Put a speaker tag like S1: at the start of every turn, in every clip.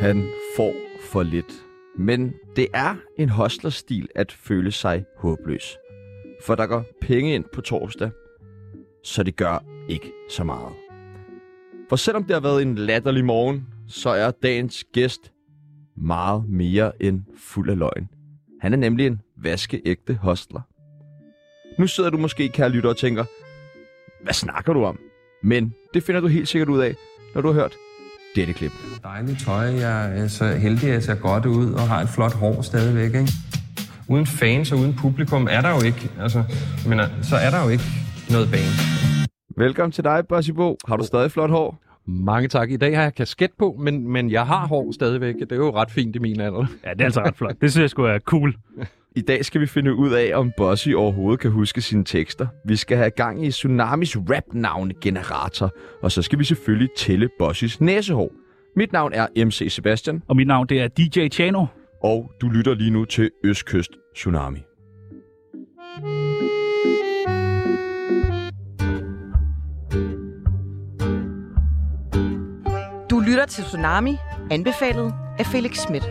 S1: Han får for lidt. Men det er en hostlerstil at føle sig håbløs. For der går penge ind på torsdag, så det gør ikke så meget. For selvom det har været en latterlig morgen, så er dagens gæst meget mere end fuld af løgn. Han er nemlig en vaskeægte hostler. Nu sidder du måske, kære lytter, og tænker, hvad snakker du om? Men det finder du helt sikkert ud af, når du har hørt dette klip.
S2: Dejligt tøj. Jeg er så heldig, at jeg ser godt ud og har et flot hår stadigvæk. Ikke? Uden fans og uden publikum er der jo ikke, altså, men så er der jo ikke noget bane.
S1: Velkommen til dig, Basibo. Har du stadig flot hår?
S3: Mange tak. I dag har jeg kasket på, men, men jeg har hår stadigvæk. Det er jo ret fint i min alder.
S4: Ja, det er altså ret flot. Det synes jeg skulle være cool.
S1: I dag skal vi finde ud af, om Bossy overhovedet kan huske sine tekster. Vi skal have gang i Tsunamis rap-navne-generator. Og så skal vi selvfølgelig tælle Bossys næsehår. Mit navn er MC Sebastian,
S4: Og mit navn, det er DJ Chano.
S1: og du lytter lige nu til Østkyst Tsunami.
S5: Du lytter til Tsunami, anbefalet af Felix Schmidt.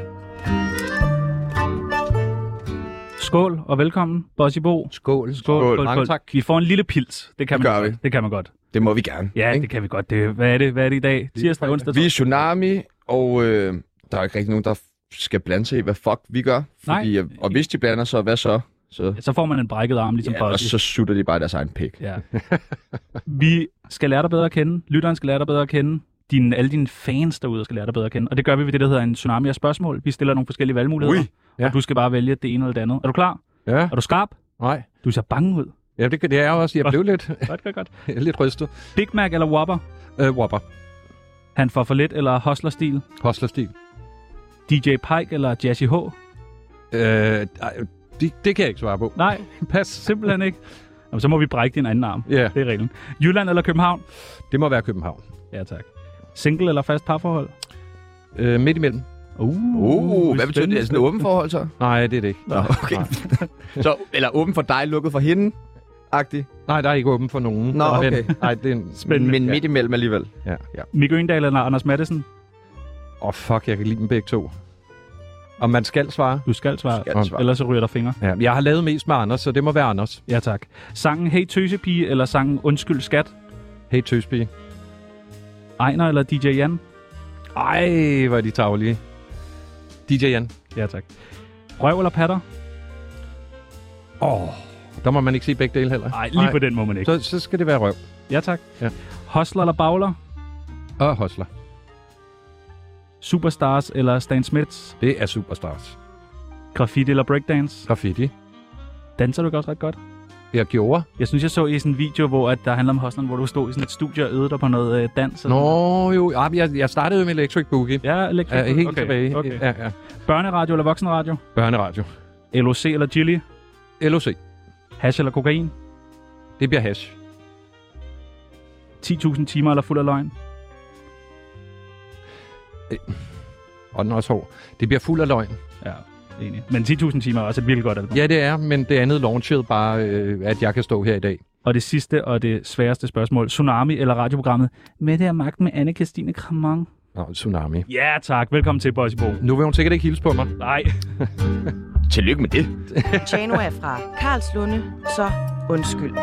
S4: Skål og velkommen, Bossy Bo.
S3: Skål.
S1: Skål.
S3: Mange tak.
S4: Vi får en lille pils. Det kan
S1: Det
S4: man
S1: gør
S4: godt.
S1: vi.
S4: Det kan man godt.
S1: Det må vi gerne.
S4: Ja,
S1: ikke?
S4: det kan vi godt. Det, hvad er det, hvad er det i dag? Tirsdag, onsdag,
S1: Vi er Tsunami, og øh, der er ikke rigtig nogen, der skal blande sig i, hvad fuck vi gør.
S4: Nej.
S1: Fordi, øh, og hvis de blander sig, hvad så? så
S4: Så får man en brækket arm, ligesom
S1: ja, og
S4: Bossy.
S1: så sutter de bare deres egen pik.
S4: Ja. Vi skal lære dig bedre at kende. Lytteren skal lære dig bedre at kende. Din, alle dine fans derude skal lære dig bedre at kende. Og det gør vi ved det, der hedder en tsunami af spørgsmål. Vi stiller nogle forskellige valgmuligheder.
S3: Ui, ja.
S4: Og du skal bare vælge det ene eller det andet. Er du klar?
S3: Ja,
S4: Er du skarp?
S3: nej.
S4: Du ser bange ud.
S3: Ja, det, kan- det er jeg også. Jeg blev lidt,
S4: Godt, godt, godt.
S3: lidt rystet.
S4: Big Mac eller Whopper?
S3: Øh, Whopper.
S4: Han får for lidt eller hustler-stil?
S3: Hostlerstil.
S4: DJ Pike eller Jazzy H?
S3: Øh, ej, det, det kan jeg ikke svare på.
S4: Nej,
S3: Pas.
S4: simpelthen ikke. Jamen, så må vi brække din anden arm.
S3: Ja,
S4: Det er reglen. Jylland eller København?
S3: det må være København.
S4: Ja, tak. Single eller fast parforhold?
S3: Øh, midt imellem.
S4: Uh,
S1: Uh, hvad betyder
S4: spændende.
S1: det? Er sådan et åbent forhold, så?
S3: Nej, det er det ikke.
S1: Nå, okay.
S3: Nej.
S1: så, eller åben for dig, lukket for hende? Agtig.
S3: Nej, der er ikke åben for nogen.
S1: Nå,
S3: Men-
S1: okay.
S3: Nej, det er en...
S1: Men,
S4: Spændende.
S1: men midt imellem alligevel.
S3: Ja, ja.
S4: Mick Øgendal eller Anders Madsen?
S3: Åh, oh, fuck, jeg kan lide dem begge to. Og man skal svare.
S4: Du skal svare,
S1: Skal svare.
S4: ellers så ryger der fingre.
S3: Ja, jeg har lavet mest med Anders, så det må være Anders.
S4: Ja, tak. Sangen Hey Tøsepige eller sangen Undskyld Skat?
S3: Hey, tøsby.
S4: Ejner eller DJ Jan?
S3: Ej, hvor er de tavlige. DJ Jan.
S4: Ja, tak. Røv eller patter?
S3: Åh, oh, der må man ikke se begge dele heller.
S4: Nej, lige på den må man ikke.
S3: Så, så skal det være røv
S4: Ja, tak.
S3: Ja.
S4: Hostler eller bagler?
S3: og hostler.
S4: Superstars eller Stan Smiths?
S3: Det er superstars.
S4: Graffiti eller breakdance?
S3: Graffiti.
S4: Danser du ikke også ret godt?
S3: Jeg gjorde.
S4: Jeg synes, jeg så i sådan en video, hvor at der handler om hostleren, hvor du stod i sådan et studie og øvede dig på noget øh, dans. og sådan
S3: Nå, jo. ja, men Jeg, jeg startede jo med Electric Boogie.
S4: noget. Ja, elektrik.
S3: Ja, helt
S4: okay.
S3: tilbage.
S4: Okay. Ja.
S3: Ja, ja.
S4: Børneradio eller voksenradio?
S3: Børneradio.
S4: LOC eller chili?
S3: LOC.
S4: Hash eller kokain?
S3: Det bliver hash.
S4: 10.000 timer eller fuld af løgn?
S3: Og den er også hård. Det bliver fuld af løgn.
S4: Ja, enig. Men 10.000 timer er også et virkelig godt album.
S3: Ja, det er, men det andet launchede bare, øh, at jeg kan stå her i dag.
S4: Og det sidste og det sværeste spørgsmål. Tsunami eller radioprogrammet? Med det er magt med anne Christine Kramon.
S3: Nå, tsunami.
S4: Ja, tak. Velkommen til, Boys i Bo.
S3: Nu vil hun sikkert ikke hilse på mig.
S4: Nej.
S1: Tillykke med det.
S5: Chano er fra Karlslunde, så undskyld.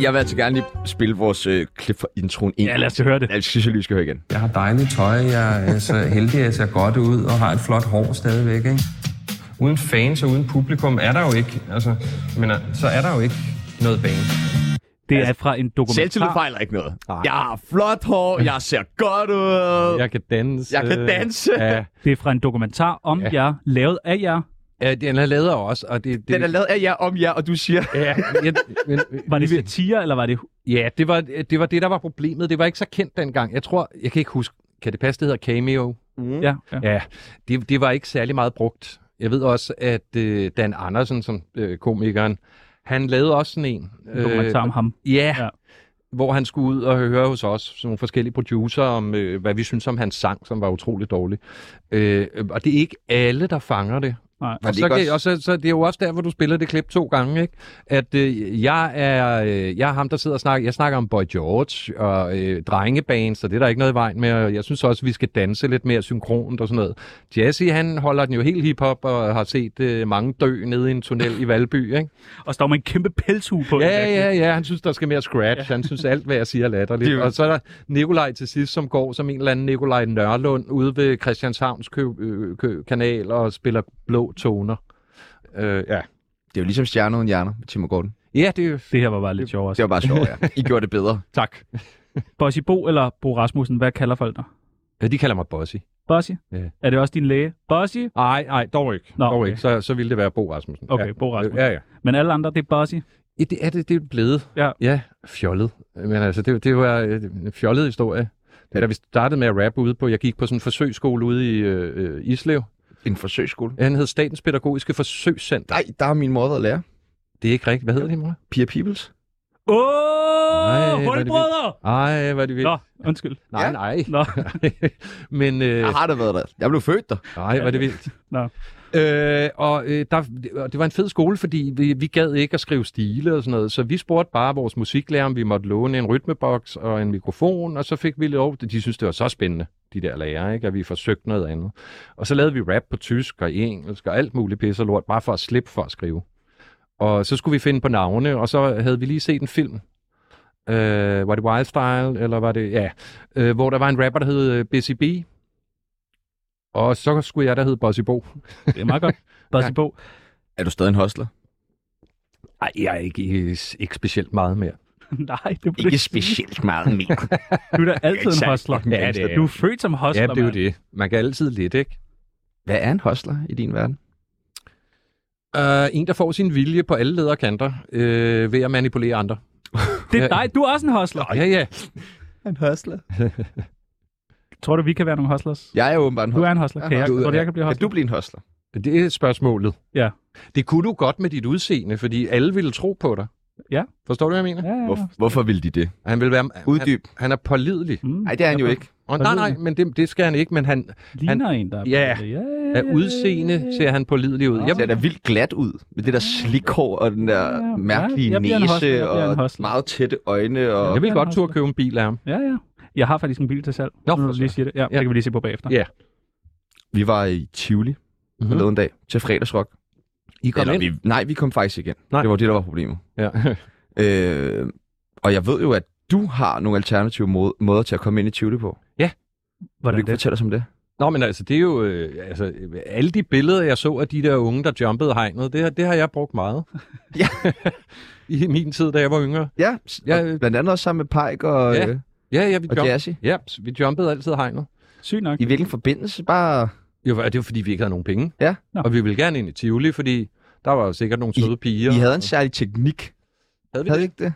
S1: Jeg vil altså gerne lige spille vores øh, klip fra introen ind.
S4: Ja, lad os høre det.
S1: Jeg synes, jeg lige skal høre igen.
S2: Jeg har dejligt tøj. Jeg er så heldig, at jeg ser godt ud og har et flot hår stadigvæk. Ikke? Uden fans og uden publikum er der jo ikke, altså, men så er der jo ikke noget bane.
S4: Det er
S3: Altså,
S4: fra en
S1: Selvtillid
S4: dokumentar.
S1: fejler ikke noget.
S3: Nej.
S1: Jeg har flot hår, jeg ser godt ud.
S3: Jeg kan danse.
S1: Jeg kan danse.
S3: Ja,
S4: Det er fra en dokumentar om
S3: Ja.
S4: ja. jer, lavet af jer.
S3: ja den er lavet også, og det... det
S1: Den er lavet af jer om jer, og du siger...
S3: Ja, jeg, men,
S4: Var det satire, eller var det...
S3: ja det, var, det var det, der var problemet. Det var ikke så kendt dengang. Jeg tror, jeg kan ikke huske, kan det passe, det hedder Cameo?
S1: Mm.
S4: Ja, ja.
S3: Ja, det, det var ikke særlig meget brugt. Jeg ved også, at øh, Dan Andersen, som øh, komikeren, han lavede også sådan en.
S4: En dokumentar
S3: Øh,
S4: om ham.
S3: ja,
S4: Ja.
S3: ja, hvor han skulle ud og høre hos os, sådan nogle forskellige producer, om øh, hvad vi synes om hans sang, som var utrolig dårlig. Øh, og det er ikke alle, der fanger det.
S4: Nej.
S1: Var
S3: Og,
S1: det
S3: så,
S1: ikke
S3: kan,
S1: også-
S3: og så, så det er jo også der, hvor du spiller det klip to gange, ikke? At øh, jeg, er, øh, jeg er ham, der sidder og snakker. Jeg snakker om Boy George og øh, drengebands, og det er der ikke noget i vejen med. Og jeg synes også, at vi skal danse lidt mere synkront og sådan noget. Jazzy, han holder den jo helt hiphop og har set øh, mange dø nede i en tunnel i Valby, ikke?
S4: Og står med en kæmpe pelshue på. Altså,
S3: Ja, ja, ja. Han synes, der skal mere scratch. Han synes, alt, hvad jeg siger, er latterligt.
S1: Det er jo-
S3: Og så er der Nikolaj til sidst, som går som en eller anden Nikolaj Nørlund ude ved Christianshavns kø, øh, kø, kanal og spiller blå toner. Øh, ja.
S1: Det er jo ligesom Stjerner uden hjerner med Tim og Gordon.
S3: Ja, det er jo...
S4: Det her var bare lidt sjovt også.
S1: Det var bare sjovt, ja. I gjorde det bedre.
S3: Tak.
S4: Bossy Bo eller Bo Rasmussen, hvad kalder folk dig?
S3: Ja, de kalder mig Bossy.
S4: Bossy?
S3: Ja.
S4: Er det også din læge? Bossy?
S3: Nej, nej, dog ikke.
S4: Nå,
S3: Nå, dog
S4: okay.
S3: ikke. Så, så ville det være Bo Rasmussen.
S4: Okay,
S3: ja.
S4: Bo Rasmussen.
S3: Ja, ja.
S4: Men alle andre, det er Bossy.
S3: ja det er det, det er blevet.
S4: Ja.
S3: ja, fjollet. Men altså, det, det var øh, en fjollet historie. Det er da vi startede med at rappe ude på, jeg gik på sådan en forsøgsskole ude i øh, øh, Islev.
S1: En forsøgsskole.
S3: Han hed Statens Pædagogiske Forsøgscenter.
S1: Nej, der har min mor været lærer.
S3: Det er ikke rigtigt. Hvad hedder det, mor?
S1: Pia Peoples.
S4: Åh,
S3: Nej,
S4: oh,
S3: hvor er det
S4: hulbrødre!
S3: Ej, hvad er det vildt.
S4: Nå, undskyld.
S3: Nej,
S1: Ja.
S3: nej.
S4: Nå.
S3: Men øh,
S1: Jeg har da været der. Jeg blev født der.
S3: Nej, var det vildt.
S4: Nå.
S3: Øh, og øh, der, og det var en fed skole, fordi vi, vi gad ikke at skrive stile og sådan noget, så vi spurgte bare vores musiklærer, om vi måtte låne en rytmeboks og en mikrofon, og så fik vi lov. De synes det var så spændende, de der lærere, ikke? at vi forsøgte noget andet. Og så lavede vi rap på tysk og engelsk og alt muligt pisse og lort, bare for at slippe for at skrive. Og så skulle vi finde på navne, og så havde vi lige set en film. Øh, var det Wildstyle, eller var det... Ja, øh, hvor der var en rapper, der hed øh, Busy B. Og så skulle jeg, der hed Bossy Bo.
S4: Det er meget godt. Bossy Bo.
S1: Er du stadig en hostler?
S3: Nej, jeg er ikke, ikke specielt meget mere.
S4: Nej, det er på
S1: Ikke
S4: det.
S1: specielt meget mere.
S4: Du er da altid en hustler.
S1: fucking
S3: Ja, det er
S4: Du er født som hustler,
S3: Ja, det er jo
S4: mand.
S3: det. Man kan altid lidt, ikke?
S1: Hvad er en hostler i din verden?
S3: Uh, en, der får sin vilje på alle leder og kanter øh, ved at manipulere andre.
S4: Det er
S3: Ja.
S4: dig. Du er også en hustler.
S3: Ja, ja.
S1: En hustler.
S4: Tror du, vi kan være nogle hustlers?
S1: Jeg er jo åbenbart en
S4: Du
S1: hustler.
S4: er en hustler. Kan jeg, tror du, jeg kan blive
S1: Kan
S4: hustler?
S1: du blive en hustler?
S3: Det er spørgsmålet.
S4: Ja.
S3: Det kunne du godt med dit udseende, fordi alle ville tro på dig.
S4: Ja.
S3: Forstår du, hvad jeg
S4: Ja,
S3: mener?
S4: ja, Mm. ja.
S1: Hvor, hvorfor ville de det?
S3: Han vil være...
S1: Uddyb.
S3: Han, han er pålidelig.
S4: Mm,
S1: Nej, det er han jo ikke.
S3: Og, nej, nej, men det, det skal han ikke, men han
S4: Ligner han, en, der er
S3: Ja.
S4: på det. ja, ja,
S3: er udseende, ser han pålidelig ud.
S4: Nå.
S1: Det ser da vildt glat ud, med det der slikhår og den
S4: Ja,
S1: der
S4: ja.
S1: mærkelige
S4: Jeg bliver en hustler, jeg
S1: næse
S4: bliver en
S1: og
S4: hustler.
S1: meget tætte øjne. Og...
S3: Jeg vil godt turde købe en bil af ham.
S4: Ja, ja. Jeg har faktisk en bil til salg.
S3: Nå,
S4: Nu
S3: for
S4: du lige siger det. Ja, ja,
S3: Ja.
S4: det kan vi lige se på bagefter.
S3: Ja.
S1: Vi var i Tivoli mm-hmm. forleden dag til fredagsrock.
S3: I kom ind.
S1: vi, nej, vi kom faktisk igen.
S3: Nej.
S1: Det var det, der var problemet.
S3: Ja.
S1: Øh, og jeg ved jo, at du har nogle alternative må- måder til at komme ind i Tivoli på. Vil du
S4: Hvordan
S1: ikke
S4: det?
S1: fortælle os om det?
S3: Nå, men altså, det er jo... Øh, altså, alle de billeder, jeg så af de der unge, der jumpede hegnet, det, har- det har jeg brugt meget.
S1: Ja.
S3: I min tid, da jeg var yngre.
S1: Ja,
S3: Ja,
S1: ja
S3: øh.
S1: blandt andet også sammen med Pike og,
S3: Ja,
S1: ja, øh,
S3: Ja, ja, vi,
S1: og
S3: jump,
S1: Jazzy.
S3: ja, vi jumpede altid hegnet.
S4: Sygt nok.
S1: I hvilken forbindelse? Bare
S3: Jo, og det var, fordi vi ikke havde nogen penge.
S1: Ja.
S4: Nå.
S3: Og vi ville gerne ind i Tivoli, fordi der var jo sikkert nogle
S1: I-
S3: søde piger.
S1: I havde en særlig teknik,
S3: Havde vi
S1: havde I
S3: det?
S1: ikke det?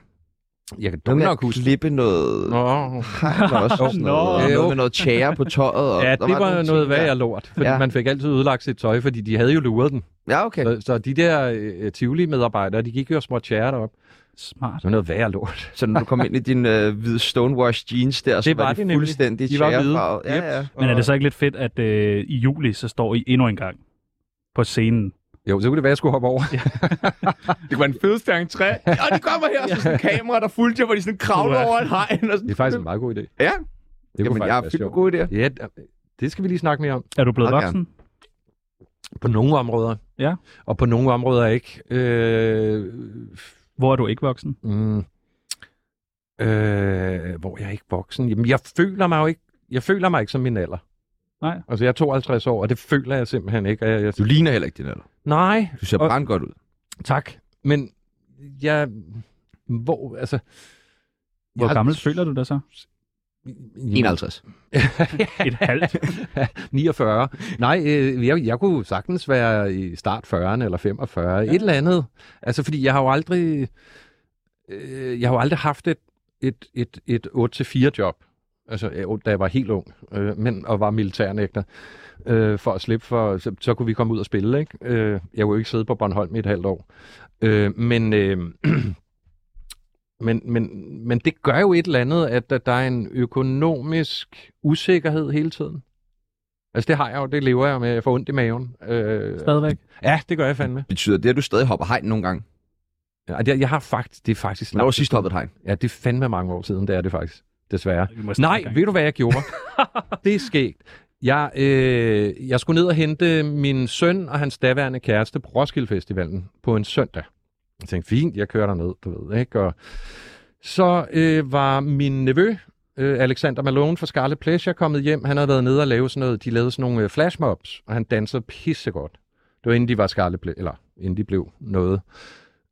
S3: Jeg kan dog
S1: Noget med at
S3: nok huske.
S1: klippe noget
S3: Nå,
S1: hegn og også sådan noget, og
S4: Nå.
S1: noget med noget tjære på tøjet. Og
S3: ja, det
S1: der
S3: var,
S1: nogle
S3: noget
S1: ting der.
S3: værd af lort. Fordi
S1: Ja.
S3: ja. man fik altid ødelagt sit tøj, fordi de havde jo luret den.
S1: Ja, okay.
S3: Så, så de der øh, Tivoli-medarbejdere, de gik jo og små tjære derop.
S4: Smart.
S3: Det var noget værd af lort.
S1: Så når du kom ind i din øh, hvide stonewashed jeans der, så
S3: Det
S1: var,
S3: var
S1: de
S3: det nemlig.
S1: fuldstændig
S3: De var hvide.
S1: tjærefarvet. Ja, ja.
S4: Men er det så ikke lidt fedt, at øh, i juli, så står I endnu en gang på scenen?
S3: Jo, så kunne det være, at jeg skulle hoppe over.
S1: Det var en fedeste entré. Og de kommer her, og så sådan en kamera, der fulgte jer, hvor de sådan kravler over en hegn. Og sådan.
S3: Det er faktisk en meget god idé.
S1: Ja,
S3: Det
S1: Jamen, jeg er fyldt med gode idéer.
S3: Ja, d- det skal vi lige snakke mere om.
S4: Er du blevet
S1: Meget
S4: voksen?
S3: På nogle områder.
S4: Ja.
S3: Og på nogle områder ikke. Øh,
S4: Hvor er du ikke voksen?
S3: mm, øh, hvor er jeg er ikke voksen. Jamen, jeg føler mig jo ikke, jeg føler mig ikke som min alder.
S4: Nej.
S3: Altså, jeg er 52 år, og det føler jeg simpelthen ikke. Og Jeg, jeg,
S1: Du ligner heller ikke din alder.
S3: nej,
S1: Du ser
S3: Og-
S1: brand godt ud.
S3: tak. Men jeg... Hvor, altså...
S4: Hvor
S3: jeg-
S4: gammel føler du dig så?
S3: Jamen,
S1: 51.
S4: Et halvt.
S3: 49. Nej, øh, jeg, jeg kunne sagtens være i start 40'erne eller 45. Ja. Et eller andet. Altså, fordi jeg har jo aldrig, øh, jeg har jo aldrig haft et, et, et, et 8-4 job. Altså, øh, da jeg var helt ung, øh, men og var militærnægter, øh, for at slippe for, så, så kunne vi komme ud og spille, ikke? Øh, jeg kunne jo ikke sidde på Bornholm i et halvt år. Øh, men, øh, men, men, men det gør jo et eller andet, at der, der er en økonomisk usikkerhed hele tiden. Altså, det har jeg jo, det lever jeg med. Jeg får ondt i maven. Øh,
S4: Stadigvæk.
S3: ja, det gør jeg fandme.
S1: Betyder det, at du stadig hopper hegn nogle gange?
S3: Ja, og det, jeg har faktisk, det er faktisk...
S1: Når var sidst hoppet hegn?
S3: Ja, det er fandme mange år siden, det er det faktisk. Desværre.
S4: Vi må snakke
S3: Nej,
S4: engang.
S3: ved du hvad jeg gjorde? det er skægt. Jeg, øh, jeg skulle ned og hente min søn og hans daværende kæreste på Roskilde Festivalen på en søndag. Jeg tænkte, fint, jeg kører derned, du ved, ikke? Og så øh, var min nevø, øh, Alexander Malone fra Scarlet Pleasure, kommet hjem. Han havde været nede og lave sådan noget, de lavede sådan nogle øh, flashmobs, og han dansede pissegodt. Det var inden de var Scarlet Ple- eller inden de blev noget.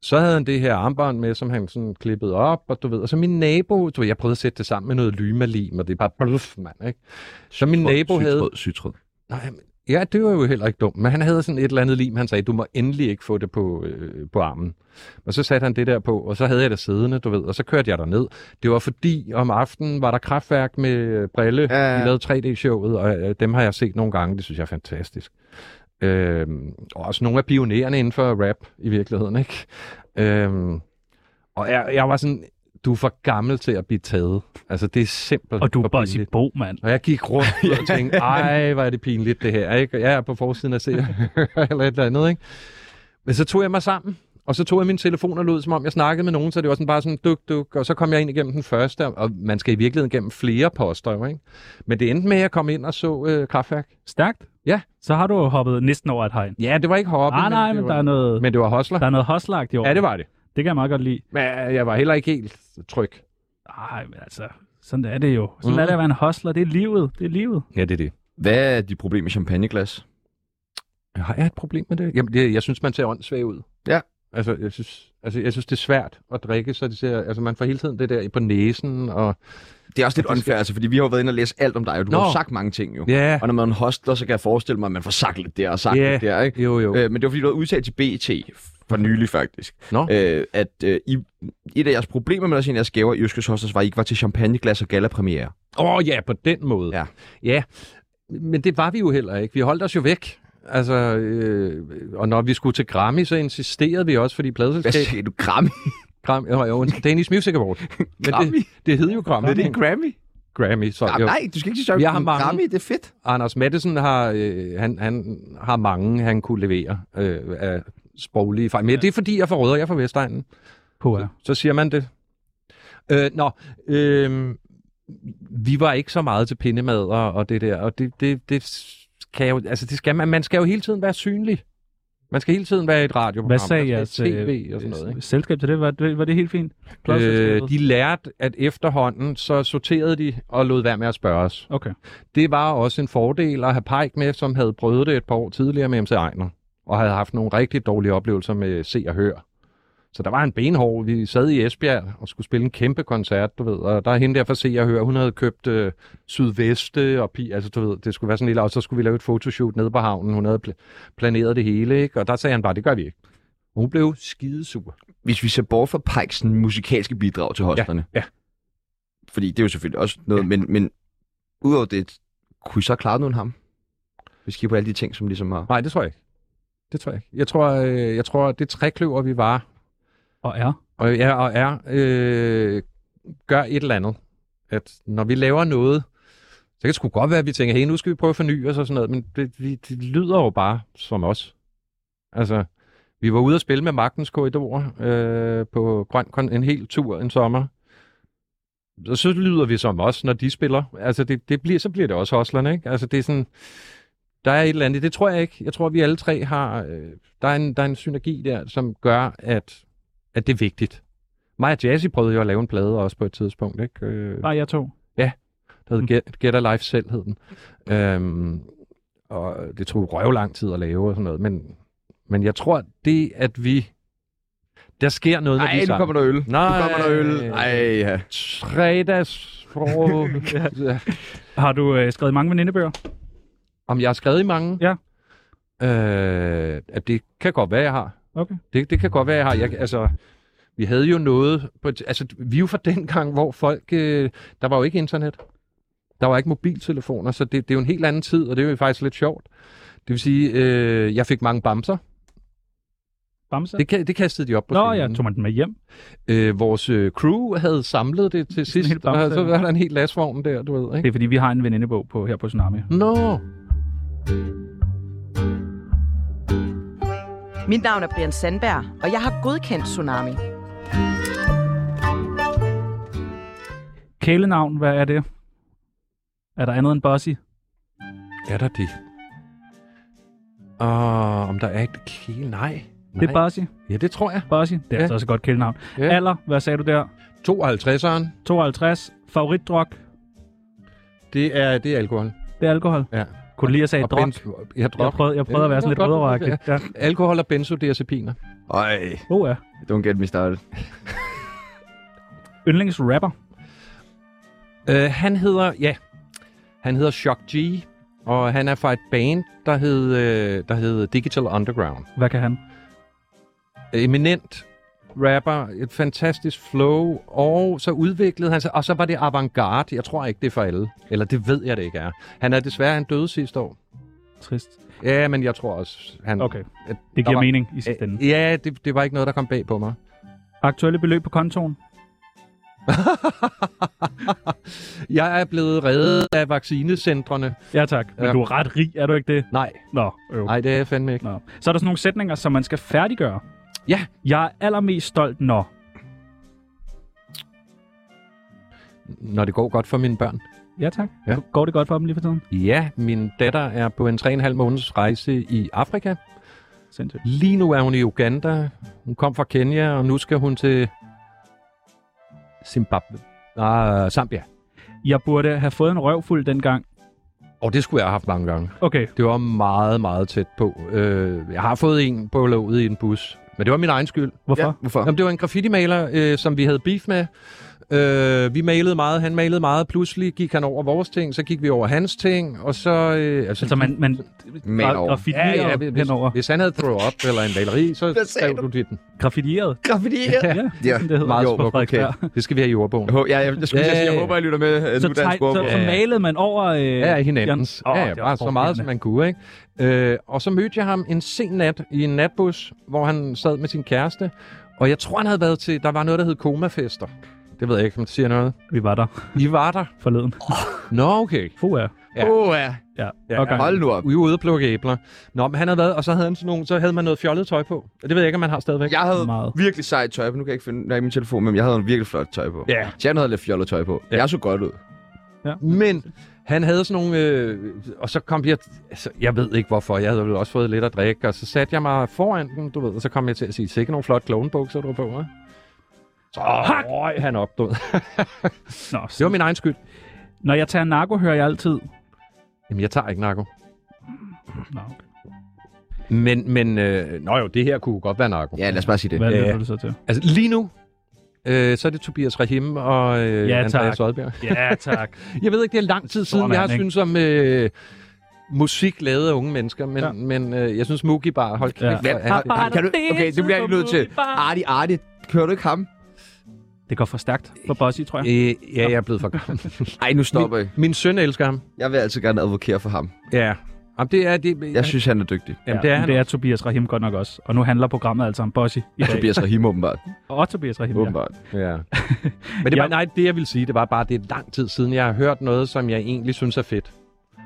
S3: Så havde han det her armbånd med, som han sådan klippede op, og du ved, og så min nabo, du ved, jeg prøvede at sætte det sammen med noget lymalim, og det er bare bluff, mand, ikke? Så min nabo havde...
S1: Sytråd, sytråd.
S3: Nej, men- ja, det var jo heller ikke dumt, men han havde sådan et eller andet lim, han sagde, du må endelig ikke få det på, øh, på armen. Og så satte han det der på, og så havde jeg det siddende, du ved, og så kørte jeg ned. Det var fordi, om aftenen var der kraftværk med øh, Brille, ja,
S1: Ja, ja.
S3: ja. de lavede 3D-showet, og øh, dem har jeg set nogle gange, det synes jeg er fantastisk. Øhm, og også nogle af pionererne inden for rap, i virkeligheden, ikke? Øhm, og jeg, jeg var sådan, du er for gammel til at blive taget. Altså, det er simpelthen
S4: Og du
S3: for
S4: er bare
S3: pinligt.
S4: i bo, mand.
S3: Og jeg gik rundt og tænkte, ej, hvor er det pinligt det her, ikke? Og Jeg er på forsiden af serien, eller et eller andet, ikke? Men så tog jeg mig sammen, og så tog jeg min telefon og lød, som om jeg snakkede med nogen, så det var sådan bare sådan duk, duk, og så kom jeg ind igennem den første, og man skal i virkeligheden gennem flere poster, jo, ikke? Men det endte med, at jeg kom ind og så øh, kraftværk.
S4: Stærkt.
S3: Ja.
S4: Så har du jo hoppet næsten over et hegn. Ah,
S3: Ja, det var ikke hoppe,
S4: Nej, nej,
S3: det
S4: men
S3: var,
S4: der er noget,
S3: men det var hostler.
S4: der er noget hoslagt i år.
S3: Ja, det var det.
S4: det kan jeg meget godt lide.
S3: Men øh, jeg var heller ikke helt tryg.
S4: Nej, men altså, sådan er det jo. Sådan
S3: Mm.
S4: er det at være en hostler. Det er livet. Det er livet.
S3: Ja, det er det.
S1: Hvad er dit problem med champagneglas?
S3: Har jeg et problem med det? Jamen, det, jeg synes, man ser åndssvag ud.
S1: Ja.
S3: Altså jeg, synes, altså, jeg synes, det er svært at drikke, så det ser, altså, man får hele tiden det der på næsen, og...
S1: Det er også lidt unfair, altså, fordi vi har jo været inde og læse alt om dig, og du Nå.
S3: Nå.
S1: har jo sagt mange ting jo.
S3: Ja,
S1: Og når man er en hostler, så kan jeg forestille mig, at man får sagt lidt der og sagt
S3: Ja.
S1: lidt der, ikke?
S3: jo, jo.
S1: Øh, men det var fordi, du havde udtalt til BT for nylig faktisk,
S3: Nå.
S1: øh, at øh, I, et af jeres problemer med at se jeres gaver i Øskes Hosters var, at I ikke var til champagneglas og gallapremiere.
S3: Åh oh, ja, på den måde.
S1: Ja.
S3: ja. Men det var vi jo heller ikke. Vi holdt os jo væk. Altså, øh, og når vi skulle til Grammy, så insisterede vi også, fordi
S1: Hvad
S3: pladeselskabet...
S1: siger du? Grammy?
S3: Grammy, øh, jo, Danish Music Award. Men
S1: Grammy?
S3: det, det hed jo Grammy.
S1: Er det en Grammy?
S3: Grammy, så
S1: Nej,
S3: jo.
S1: nej, du skal ikke sige Grammy.
S3: Jeg har mange.
S1: Grammy, det er fedt.
S3: Anders Madsen har, øh, han, han har mange, han kunne levere øh, af sproglige fejl. Men ja. det er fordi, jeg er fra Rødder, jeg er fra Vestegnen.
S4: På ja.
S3: Så siger man det. Øh, nå, øh, vi var ikke så meget til pindemad og, og det der, og det, det, det kan jo, altså det skal man, man skal jo hele tiden være synlig. Man skal hele tiden være i et radioprogram. Altså,
S4: Hvad sagde
S3: man
S4: jeres
S3: skal i TV og sådan noget,
S4: øh, selskab til det? Var, det? var det helt fint?
S3: ikke?
S4: Pladeselskabet?
S3: Øh, de lærte, at efterhånden, så sorterede de og lod være med at spørge os.
S4: Okay.
S3: Det var også en fordel at have Pike med, som havde prøvet det et par år tidligere med MC Ejner, og havde haft nogle rigtig dårlige oplevelser med Se og Hør. Så der var en benhård. Vi sad i Esbjerg og skulle spille en kæmpe koncert, du ved, og der er hende der fra Se og Hør, hun havde købt øh, sydveste og pi, altså du ved, det skulle være sådan en lille, og så skulle vi lave et fotoshoot nede på havnen, hun havde pl- planeret det hele, ikke? og der sagde han bare, det gør vi ikke. Og hun blev skidesur.
S1: Hvis vi ser bort fra Pikes musikalske bidrag til hostlerne.
S3: ja.
S1: Fordi det er jo selvfølgelig også noget, ja. men, men udover det, kunne I så klare nogen ham? Hvis vi kigger på alle de ting, som ligesom har...
S3: Nej, det tror jeg ikke. Det tror jeg ikke. Jeg tror, øh, jeg tror det trækløver, vi var,
S4: Og er?
S3: og ja, og er, øh, gør et eller andet. At når vi laver noget, så kan det sgu godt være, at vi tænker, hey, nu skal vi prøve at forny os og sådan noget, men det, vi, det lyder jo bare som os. Altså, vi var ude at spille med Magtens Korridor øh, på Grøn, Kon- en hel tur en sommer. Og så lyder vi som os, når de spiller. Altså, det, det bliver, så bliver det også hoslerne, ikke? Altså, det er sådan... Der er et eller andet, det tror jeg ikke. Jeg tror, vi alle tre har... Øh, der, er en, der er en synergi der, som gør, at at det er vigtigt. Mig og Jazzy prøvede jo at lave en plade også på et tidspunkt, ikke? Øh,
S4: Bare jeg to.
S3: der hed Get, Get Alive selv, hed den. Øhm, og det tog røv lang tid at lave og sådan noget, men, men jeg tror, det at vi... Der sker noget, når vi
S1: Nej,
S3: er
S1: nu
S3: sammen.
S1: kommer der øl.
S3: Nej.
S1: Nu kommer der øl. Nej, ja.
S3: Fredags... ja.
S4: Har du øh, skrevet mange venindebøger?
S3: Om jeg har skrevet i mange?
S4: Ja.
S3: Øh, at det kan godt være, jeg har.
S4: Okay.
S3: Det, det kan godt være, jeg har. Jeg, altså, vi havde jo noget... På et, altså, vi er jo fra den gang, hvor folk... Øh, der var jo ikke internet. Der var ikke mobiltelefoner, så det, det er jo en helt anden tid, og det er jo faktisk lidt sjovt. Det vil sige, øh, jeg fik mange bamser.
S4: Bamse?
S3: Det, ka- det kastede de op på
S4: Nå,
S3: scenen.
S4: jeg tog man den med hjem.
S3: øh, Vores øh, crew havde samlet det til
S4: en
S3: sidst,
S4: hel bamse,
S3: og så var
S4: eller?
S3: der en helt lastvogn der, du ved,
S4: Det
S3: ikke?
S4: er fordi, vi har en venindebog på, her på Tsunami.
S3: Nå!
S5: Mit navn er Brian Sandberg, og jeg har godkendt Tsunami.
S4: Kælenavn, hvad er det? Er der andet end Bossy?
S3: Er der det? Og om der er et kæle? Nej. Nej.
S4: Det er Bossy.
S3: Ja, det tror jeg.
S4: Bossy. Det er
S3: Ja.
S4: altså også et godt kælenavn.
S3: Ja.
S4: Alder, hvad sagde du der?
S3: 52'eren,
S4: 52. Favoritdruk?
S3: det er, det er alkohol.
S4: Det er alkohol.
S3: Ja.
S4: Kunne du lige at sige
S3: Og
S4: druk?
S3: benzo- Ja, druk.
S4: Jeg prøvede, jeg prøvede at være sådan lidt
S3: Ja, godt,
S4: rødrøraktig. Ja.
S3: Alkohol og benzodiazepiner.
S1: Ej,
S4: Oh, ja.
S1: don't get me started.
S4: Yndlingsrapper.
S3: Øh, han hedder, ja, han hedder Shock G, og han er fra et band, der hed, øh, der hed Digital Underground.
S4: Hvad kan han?
S3: Eminent rapper, et fantastisk flow, og så udviklede han sig, og så var det avantgarde. Jeg tror ikke, det er for alle. Eller det ved jeg, det ikke er. Han er desværre, han døde sidste år.
S4: Trist.
S3: Ja, men jeg tror også, han...
S4: Okay.
S3: at-
S4: Det
S3: Mm. der
S4: giver
S3: var,
S4: mening i sidste ende.
S3: Øh, Ja, det, det var ikke noget, der kom bag på mig.
S4: Aktuelle beløb på kontoen.
S3: Jeg er blevet reddet af vaccinecentrene.
S4: Ja tak, men
S3: Ja.
S4: du er ret rig, er du ikke det?
S3: Nej,
S4: Nå, øv.
S3: nej, det er jeg fandme ikke.
S4: Nå. Så er der sådan nogle sætninger, som man skal færdiggøre.
S3: Ja.
S4: Jeg er allermest stolt, når...
S3: Når det går godt for mine børn.
S4: Ja tak.
S3: Ja.
S4: Går det godt for dem lige for tiden?
S3: Ja, min datter er på en 3,5 måneders rejse i Afrika.
S4: Sindssygt.
S3: Lige nu er hun i Uganda. Hun kom fra Kenya, og nu skal hun til Zimbabwe. Ah, Zambia.
S4: Jeg burde have fået en røvfuld dengang.
S3: Og det skulle jeg have haft mange gange.
S4: Okay,
S3: Det var meget, meget tæt på. Øh, jeg har fået en på låget i en bus. Men det var min egen skyld.
S4: hvorfor? Ja.
S1: Hvorfor?
S3: Jamen, det var en graffiti-maler, øh, som vi havde beef med. Øh, vi malede meget, han malede meget. Pludselig gik han over vores ting, så gik vi over hans ting, og så... Øh,
S4: Altså man, man
S1: Man
S4: gra-
S1: over.
S4: graffitieret ja, ja,
S3: hvis,
S4: henover.
S3: hvis han havde throw up eller en maleri, så
S1: Hvad sagde
S3: skrev
S1: du?
S3: du dit.
S4: Graffitieret?
S1: Graffitieret.
S4: Ja, det, er sådan, det hedder
S1: meget
S4: også på
S1: smuk, okay.
S4: Frederiksberg.
S3: Det skal vi have i ordbogen.
S1: Jeg, håber, jeg, jeg, jeg, skulle til
S3: Ja,
S1: at sige,
S3: ja,
S1: jeg
S3: ja.
S1: håber, jeg lytter med øh,
S4: Så,
S1: nu, der er en
S4: teg, så,
S1: skorbrug.
S4: så malede man over... Øh,
S3: Ja, hinandens.
S4: Jan- Åh,
S3: ja, ja,
S4: det var
S3: bare så meget, som man kunne. Ikke? Øh, og så mødte jeg ham en sen nat i en natbus, hvor han sad med sin kæreste. Og jeg tror, han havde været til... Der var noget, der hed komafester. Det ved jeg ikke, om det siger noget.
S4: Vi var der
S3: I var der.
S4: forleden.
S3: Nå, okay.
S4: Fuh, ja.
S3: Ja.
S1: Åh, ja.
S4: Ja,
S3: Ja,
S4: okay.
S1: Hold nu op.
S3: Vi var ude og plukke æbler. Nå, men han havde været, og så havde, han sådan nogle, så havde man noget fjollet tøj på. Og det ved jeg ikke, om man har stadigvæk.
S1: Jeg havde
S4: Meget.
S1: virkelig sejt tøj på. Nu kan jeg ikke finde nej, min telefon, men jeg havde en virkelig flot tøj på.
S3: Ja.
S1: Jan havde lidt fjollet tøj på.
S3: Ja.
S1: Jeg så godt ud.
S3: Men han havde sådan nogle... Øh, og så kom jeg... Altså, jeg ved ikke hvorfor. Jeg havde vel også fået lidt at drikke. Og så satte jeg mig foran den, du ved. Og så kom jeg til at sige, sikke nogle flotte klovnbukser, du har på, hva'? Så Hak! røg han op, du ved.
S4: Nå,
S3: Det var min egen skyld.
S4: Når jeg tager narko, hører jeg altid...
S3: Jamen, jeg tager ikke narko.
S4: Nå, okay.
S3: Men, men øh, nå jo, det her kunne godt være narko.
S1: Ja, lad os bare sige det.
S4: Hvad
S3: Ja.
S4: lytter du så til?
S3: Altså, lige nu, øh, så er det Tobias Rahim og øh,
S4: Ja,
S3: ja, Andreas
S4: tak.
S3: Odbjerg.
S4: Ja, tak.
S3: Jeg ved ikke, det er lang tid siden,
S4: Sådan,
S3: jeg har
S4: ikke?
S3: syntes om øh, musik lavet af unge mennesker, men,
S4: Ja.
S3: ja. men øh, jeg synes, Mookie bare holdt
S4: Ja.
S3: kæft. Ja.
S1: Hvad? Kan, kan du, okay, det bliver jeg lige nødt til. Arti, Arti, kører du ikke ham?
S4: Det går for stærkt for Bossy, tror jeg.
S3: Øh, ja, jeg er blevet for gammel.
S1: Ej, nu stopper jeg.
S3: Min søn elsker ham.
S1: Jeg vil altid gerne advokere for ham.
S3: Ja. Jamen, det er, det,
S1: Jeg synes, han er dygtig.
S3: jamen, det er
S4: men
S3: han.
S4: det er Tobias Rahim godt nok også. Og nu handler programmet altså om Bossy i dag.
S1: Tobias Rahim, åbenbart.
S4: Og Tobias Rahim, ja.
S1: åbenbart.
S3: Ja. Men det var,
S4: Jeg-
S3: nej, det jeg ville sige, det var bare, det er lang tid siden, jeg har hørt noget, som jeg egentlig synes er fedt.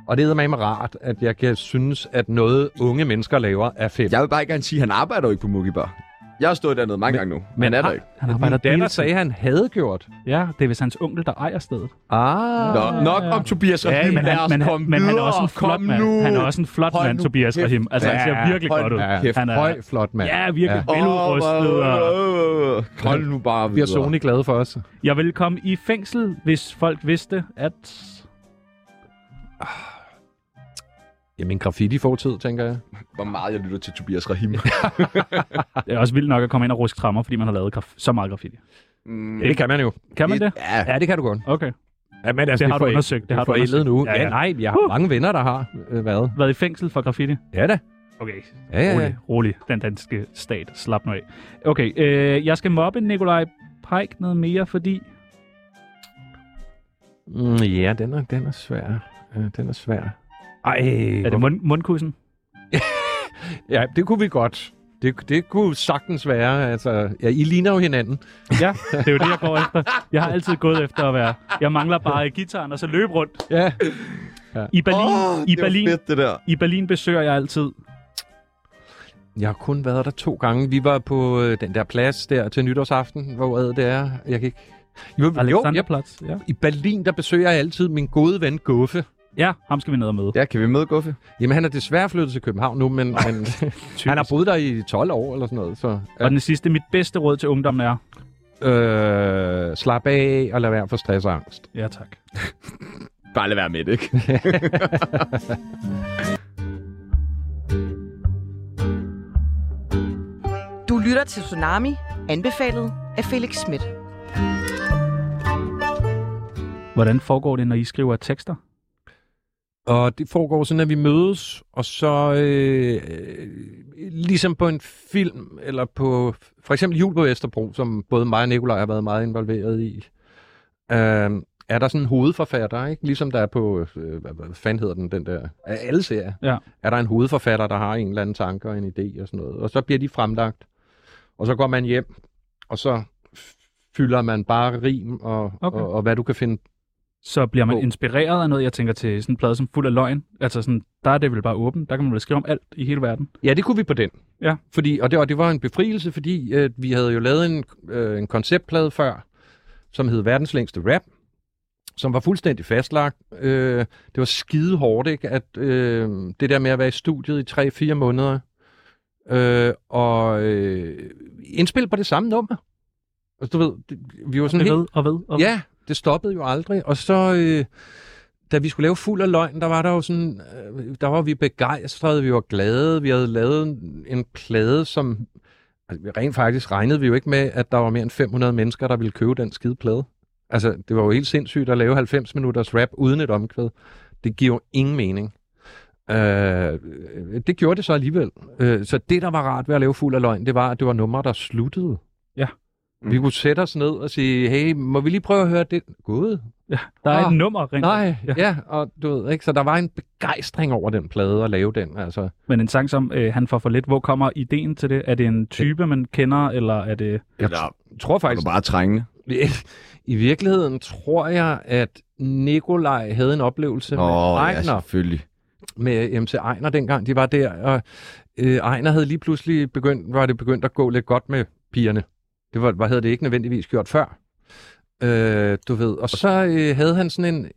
S3: Og det er mig rart, at jeg kan synes, at noget unge mennesker laver er fedt.
S1: Jeg vil bare ikke gerne sige, at han arbejder jo ikke på Mookie Bar. Jeg har stået dernede mange gange nu. Men er der
S3: har-
S1: ikke.
S4: Han arbejder
S3: Min datter
S4: deltid.
S3: sagde, at han havde gjort.
S4: Ja, det er vist hans onkel, der ejer stedet.
S3: Ah.
S1: Nå, nok om Tobias Rahim.
S4: men
S1: Lad
S4: han,
S1: os
S4: men, han,
S1: komme
S4: men han er
S1: videre.
S4: også en flot
S1: Kom
S4: mand.
S1: nu.
S4: Han er også en flot
S1: Hold
S4: mand,
S1: nu
S4: Tobias
S1: kæft.
S4: Rahim. Altså, han ser
S1: Ja,
S4: virkelig
S1: hold
S4: godt ud.
S1: nu
S3: Ja,
S1: Kæft.
S4: Han er-
S3: høj, flot mand.
S4: Ja, virkelig
S1: Åh,
S4: veludrustet.
S1: hvor-
S4: og-
S1: øh, Hold nu bare
S3: Vi er
S1: videre.
S3: Sony glade for os.
S4: Jeg ville komme i fængsel, hvis folk vidste, at...
S3: Jamen, graffiti fortid, tænker jeg.
S1: Hvor meget jeg lytter til Tobias Rahim.
S4: Det er også vildt nok at komme ind og ruske trammer, fordi man har lavet graf- så meget graffiti.
S1: Mm,
S3: Det kan man jo.
S4: Kan man det?
S1: Ja,
S3: Ja, det kan du godt.
S4: Okay.
S3: Ja, men altså,
S4: Det har du
S3: er forældet-
S4: undersøgt, det har
S3: er
S4: du
S3: forældet
S4: undersøgt.
S3: nu.
S4: Ja,
S3: Ja,
S4: ja.
S3: ja, nej, jeg har
S4: Uh.
S3: mange venner, der har øh, været.
S4: Været i fængsel for graffiti?
S3: Ja da.
S4: Okay.
S3: Ja, ja, ja.
S4: Rolig, rolig. Den danske stat. Slap nu af. Okay, øh, jeg skal mobbe Nikolaj Pike noget mere, fordi...
S3: Mm, ja, den er, den er svær. Øh, den er svær. Ej,
S4: Er det mund- mundkussen?
S3: ja, det kunne vi godt. Det, det kunne sagtens være. Altså, ja, I ligner jo hinanden.
S4: Ja, det er jo det, jeg går efter. Jeg har altid gået efter at være... Jeg mangler bare gitaren og så løbe rundt.
S3: Ja, Ja.
S4: I Berlin,
S1: Åh,
S4: i,
S1: det var
S4: Berlin
S1: fedt, det der.
S4: i Berlin besøger jeg altid
S3: Jeg har kun været der to gange. Vi var på øh, den der plads der til nytårsaften, hvor ad det er. Jeg kan ikke... Jo, jo jeg,
S4: Alexanderplatz. Ja.
S3: i Berlin, der besøger jeg altid min gode ven Guffe.
S4: ja, ham skal vi ned og møde.
S1: Ja, kan vi møde Guffe?
S3: Jamen, han er desværre flyttet til København nu, men han, han har boet der i 12 år eller sådan noget. Så,
S4: Og den sidste, mit bedste råd til ungdommen er...
S3: øh, slap af og lad være for stress og angst.
S4: Ja, tak.
S1: Bare lad være med det, ikke?
S5: Du lytter til Tsunami, anbefalet af Felix Schmidt.
S4: Hvordan foregår det, når I skriver tekster?
S3: Og det foregår sådan, at vi mødes, og så øh, øh, ligesom på en film, eller på for eksempel Jul på Vesterbro, som både mig og Nikolaj har været meget involveret i, øh, er der sådan en hovedforfatter, ikke? ligesom der er på, øh, hvad, hvad fanden hedder den, den der, af alle serier,
S4: Ja.
S3: er der en hovedforfatter, der har en eller anden tanke og en idé og sådan noget, og så bliver de fremlagt, og så går man hjem, og så fylder man bare rim og,
S4: Okay.
S3: okay. og, og hvad du kan finde
S4: Så bliver man
S3: Bog.
S4: inspireret af noget, jeg tænker til sådan en plade som fuld af løgn. Altså sådan, der er det vel bare åbent. Der kan man vel skrive om alt i hele verden.
S1: Mm-hmm.
S3: Ja, det kunne vi på den.
S4: Ja.
S3: Fordi, og, det, og det var en befrielse, fordi øh, vi havde jo lavet en, øh, en konceptplade før, som hed Verdens længste rap, som var fuldstændig fastlagt. Øh, det var skide hårdt, ikke? At, øh, det der med at være i studiet i 3-4 måneder, øh, og øh, indspil på det samme nummer. Altså, du ved, det, vi var sådan
S4: Det
S3: helt...
S4: ved og ved og ved.
S3: Ja, det stoppede jo aldrig. Og så, øh, da vi skulle lave fuld af løgn, der var der jo sådan, øh, der var vi begejstrede, vi var glade, vi havde lavet en- en plade, som altså, vi rent faktisk regnede vi jo ikke med, at der var mere end 500 mennesker, der ville købe den skide plade. Altså, det var jo helt sindssygt at lave 90 minutters rap uden et omkvæd. Det giver jo ingen mening. Øh, det gjorde det så alligevel. Øh, så det, der var rart ved at lave fuld af løgn, det var, at det var numre, der sluttede. Vi kunne sætte os ned og sige, hey, må vi lige prøve at høre det? Gud.
S4: Der er
S3: Ah,
S4: et nummer rent.
S3: Nej,
S4: Ja.
S3: ja. ja. og du ved ikke, så der var en begejstring over den plade at lave den, altså.
S4: Men en sang som øh, Han får for lidt, hvor kommer ideen til det? Er det en type, man kender, eller er det...
S1: Jeg
S3: Jeg tror
S1: er du
S3: faktisk,
S1: bare trængende.
S3: i virkeligheden tror jeg, at Nikolaj havde en oplevelse
S1: Åh, oh,
S3: med
S1: ja,
S3: Ejner,
S1: selvfølgelig.
S3: med MC Ejner dengang, de var der, og øh, Ejner havde lige pludselig begyndt, var det begyndt at gå lidt godt med pigerne. Det var, hvad havde det ikke nødvendigvis gjort før, øh, du ved. Og så øh, havde han sådan en,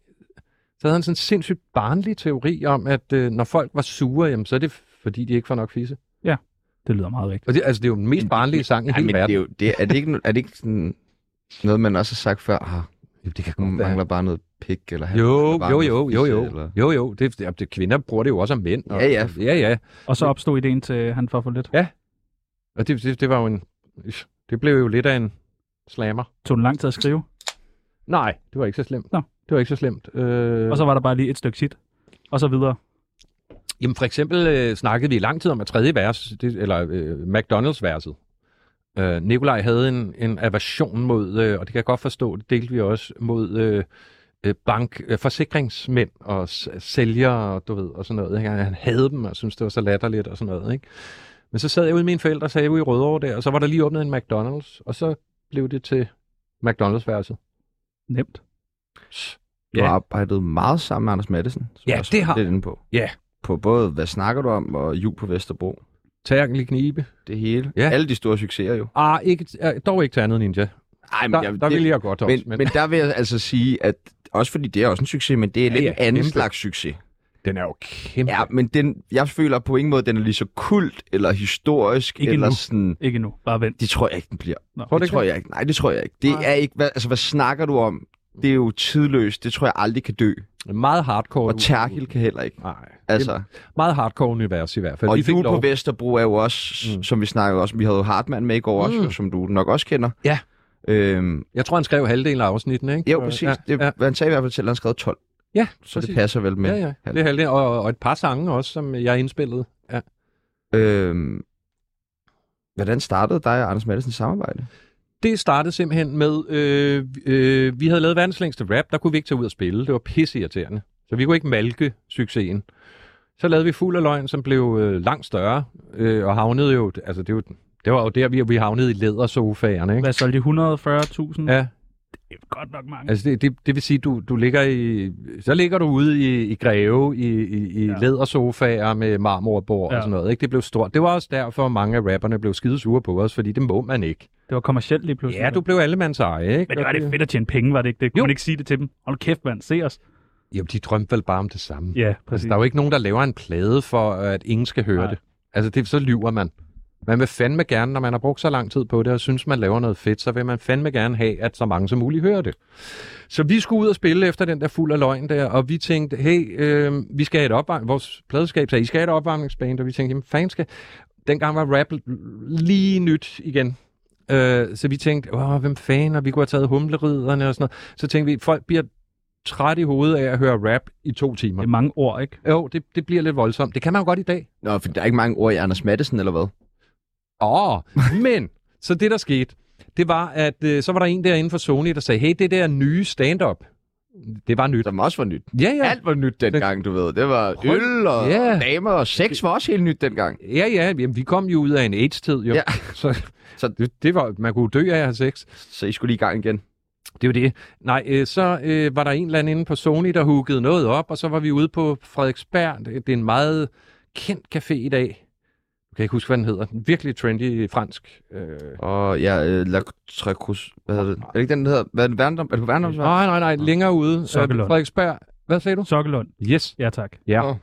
S3: så havde han sådan en sindssygt barnlig teori om, at øh, når folk var sure, jamen, så er det fordi, de ikke får nok fisse.
S4: Det lyder meget rigtigt.
S3: Og det, altså, det er jo den mest barnlige sang i
S1: Ej,
S3: hele
S1: men det er,
S3: verden.
S1: jo, det, er, det ikke, er det ikke sådan noget, man også har sagt før? Ah,
S3: jo, det kan
S1: hun mangler bare noget pik, eller han
S3: Jo,
S1: mangler bare
S3: jo,
S1: noget
S3: jo, jo,
S1: fisse,
S3: jo,
S1: Eller...
S3: jo, jo, det, det, det, kvinder bruger det jo også om mænd. Og,
S1: Ja, ja.
S3: Ja, ja,
S4: Og så opstod ideen til Han får for lidt.
S3: og det, det, det var jo en, det blev jo lidt af en slammer.
S4: Tog den lang tid at skrive,
S3: Nej, det var ikke så slemt.
S4: Nå.
S3: Det var ikke så slemt. Øh,
S4: og så var der bare lige et stykke shit. Og så videre.
S3: Jamen for eksempel øh, snakkede vi i lang tid om at tredje vers, det, eller øh, McDonald's-verset. Øh, Nikolaj havde en, en aversion mod, øh, og det kan jeg godt forstå, det delte vi også, mod øh, øh, bank, øh, forsikringsmænd og s- sælgere og, du ved, og sådan noget. Ikke? Han havde dem og syntes, det var så latterligt og sådan noget. Ikke? Men så sad jeg ude med mine forældre, og sagde ude i Rødovre der, og så var der lige åbnet en McDonald's, og så blev det til McDonald's-verset.
S4: Nemt.
S1: Du
S3: Ja.
S1: har arbejdet meget sammen med Anders Madsen. som
S3: Ja,
S1: jeg også
S3: det
S1: var
S3: har-
S1: Lidt inde på.
S3: Ja.
S1: På både, hvad snakker du om, og jul på Vesterbro.
S3: Tærken lige knibe.
S1: Det hele.
S3: Ja.
S1: Alle de store succeser jo.
S3: Ah, ikke, ah, dog ikke til andet ninja.
S1: Ej,
S3: Der, der ville jeg godt også,
S1: men, men, men der vil jeg altså sige, at også fordi det er også en succes, men det er
S3: Ja,
S1: lidt
S3: ja,
S1: en anden
S3: kæmpe.
S1: slags succes.
S3: den er jo kæmpe.
S1: Ja, men den, jeg føler på ingen måde, at den er lige så kult eller historisk.
S4: Ikke
S1: eller
S4: endnu.
S1: sådan,
S4: Ikke nu. Bare vent.
S1: det tror jeg ikke, den bliver.
S4: Nå.
S3: Tror du
S1: det
S3: ikke
S1: tror
S3: det?
S1: jeg ikke. Nej, det tror jeg ikke. Det er ikke hvad, altså, hvad snakker du om? Det er jo tidløst. Det tror jeg aldrig kan dø.
S3: Meget hardcore.
S1: Og Terkel kan heller ikke.
S3: Nej. Altså,
S1: Altså,
S3: meget hardcore univers i hvert fald.
S1: og
S3: Vi fik
S1: jul på
S3: lov.
S1: Vesterbro er jo også,
S3: Mm.
S1: mm. som vi snakkede også om, vi havde jo Hartmann med i går også,
S3: Mm.
S1: som du nok også kender.
S3: Ja.
S1: Øhm,
S3: Jeg tror, han skrev halvdelen af afsnittene, ikke?
S1: jo, præcis. Øh, Ja, det,
S3: ja.
S1: Han sagde i hvert fald selv, at han skrev 12,
S3: ja
S1: så
S3: præcis.
S1: det passer vel med.
S3: Ja, ja. Det er halvdelen. Og, og et par sange også, som jeg indspillede. Ja.
S1: Øhm, hvordan startede dig og Anders Mattesens samarbejde?
S3: Det startede simpelthen med, øh, øh, vi havde lavet verdens længste rap, der kunne vi ikke tage ud og spille. Det var pisseirriterende. Så vi kunne ikke malke succesen. Så lavede vi Fuld af Løgn, som blev øh, langt større, øh, og havnede jo, altså det var, det var jo der, vi, vi havnede i lædersofagerne, ikke?
S4: Hvad solgte de? 140.000?
S3: Ja,
S4: Det er godt nok mange.
S3: Altså det, det, det vil sige, du, du ligger i, så ligger du ude i, i Greve i, i, i
S4: Ja.
S3: ja. lædersofaer med marmorbord ja.
S4: Ja.
S3: og sådan noget. Ikke? Det blev stort. Det var også derfor, mange af rapperne blev skide sure på os, fordi det må man ikke.
S4: Det var kommercielt lige pludselig.
S3: Ja, du blev allemands eje, ikke?
S4: Men det var
S3: Og
S4: det fedt at tjene penge, var det ikke det? Kunne
S3: Jo.
S4: man ikke sige det til dem? Hold kæft, mand, se os.
S3: Jamen, de drømte vel bare om det samme.
S4: Ja,
S3: Altså,
S4: præcis.
S3: der er jo ikke nogen, der laver en plade for, at ingen skal høre
S4: Nej.
S3: Nej. det. Altså, det, så lyver man. Man vil fandme gerne, når man har brugt så lang tid på det, og synes, man laver noget fedt, så vil man fandme gerne have, at så mange som muligt hører det. Så vi skulle ud og spille efter den der fuld af løgn der, og vi tænkte, hey, øh, vi skal have et opvarmning. Vores pladeskab sagde, I skal have et opvarmningsband, og vi tænkte, jamen fanden skal... Dengang var rap l- lige nyt igen. Øh, så vi tænkte, Åh, hvem fanden, og vi kunne have taget humleriderne og sådan noget. Så tænkte vi, folk bliver træt i hovedet af at høre rap i to timer.
S4: Det er mange ord, ikke?
S3: Jo, det, det bliver lidt voldsomt. Det kan man jo godt i dag.
S1: Nå, for der er ikke mange ord i Anders Mattesen, eller hvad?
S3: Åh, men så det der skete, det var, at øh, så var der en derinde fra Sony, der sagde, hey, det der nye stand-up, det var nyt.
S1: Som også var nyt.
S3: Ja, ja.
S1: Alt var nyt dengang, du ved. Det var
S3: Hold-
S1: øl og
S3: Ja.
S1: damer og sex var også helt nyt dengang.
S3: Ja, ja, jamen, vi kom jo ud af en AIDS-tid, jo.
S1: Ja.
S3: Så,
S1: Så-
S3: så det, det var, man kunne dø af at have sex.
S1: Så I skulle lige i gang igen.
S3: Det var det. Nej, øh, så øh, var der en eller anden inde på Sony, der huggede noget op, og så var vi ude på Frederiksberg. Det det er en meget kendt café i dag. Jeg kan ikke huske, hvad den hedder. Virkelig trendy fransk. Øh.
S1: Og ja, øh, La Trecus, hvad hedder det? Er det ikke den, der hedder? Hvad er det, Værndom? Er det på Værndomsvej?
S3: Nej, nej, nej. Længere ude. Øh,
S4: Sokkelund.
S3: Frederiksberg. Hvad sagde du?
S4: Sokkelund.
S3: Yes.
S4: Ja, tak.
S3: Ja.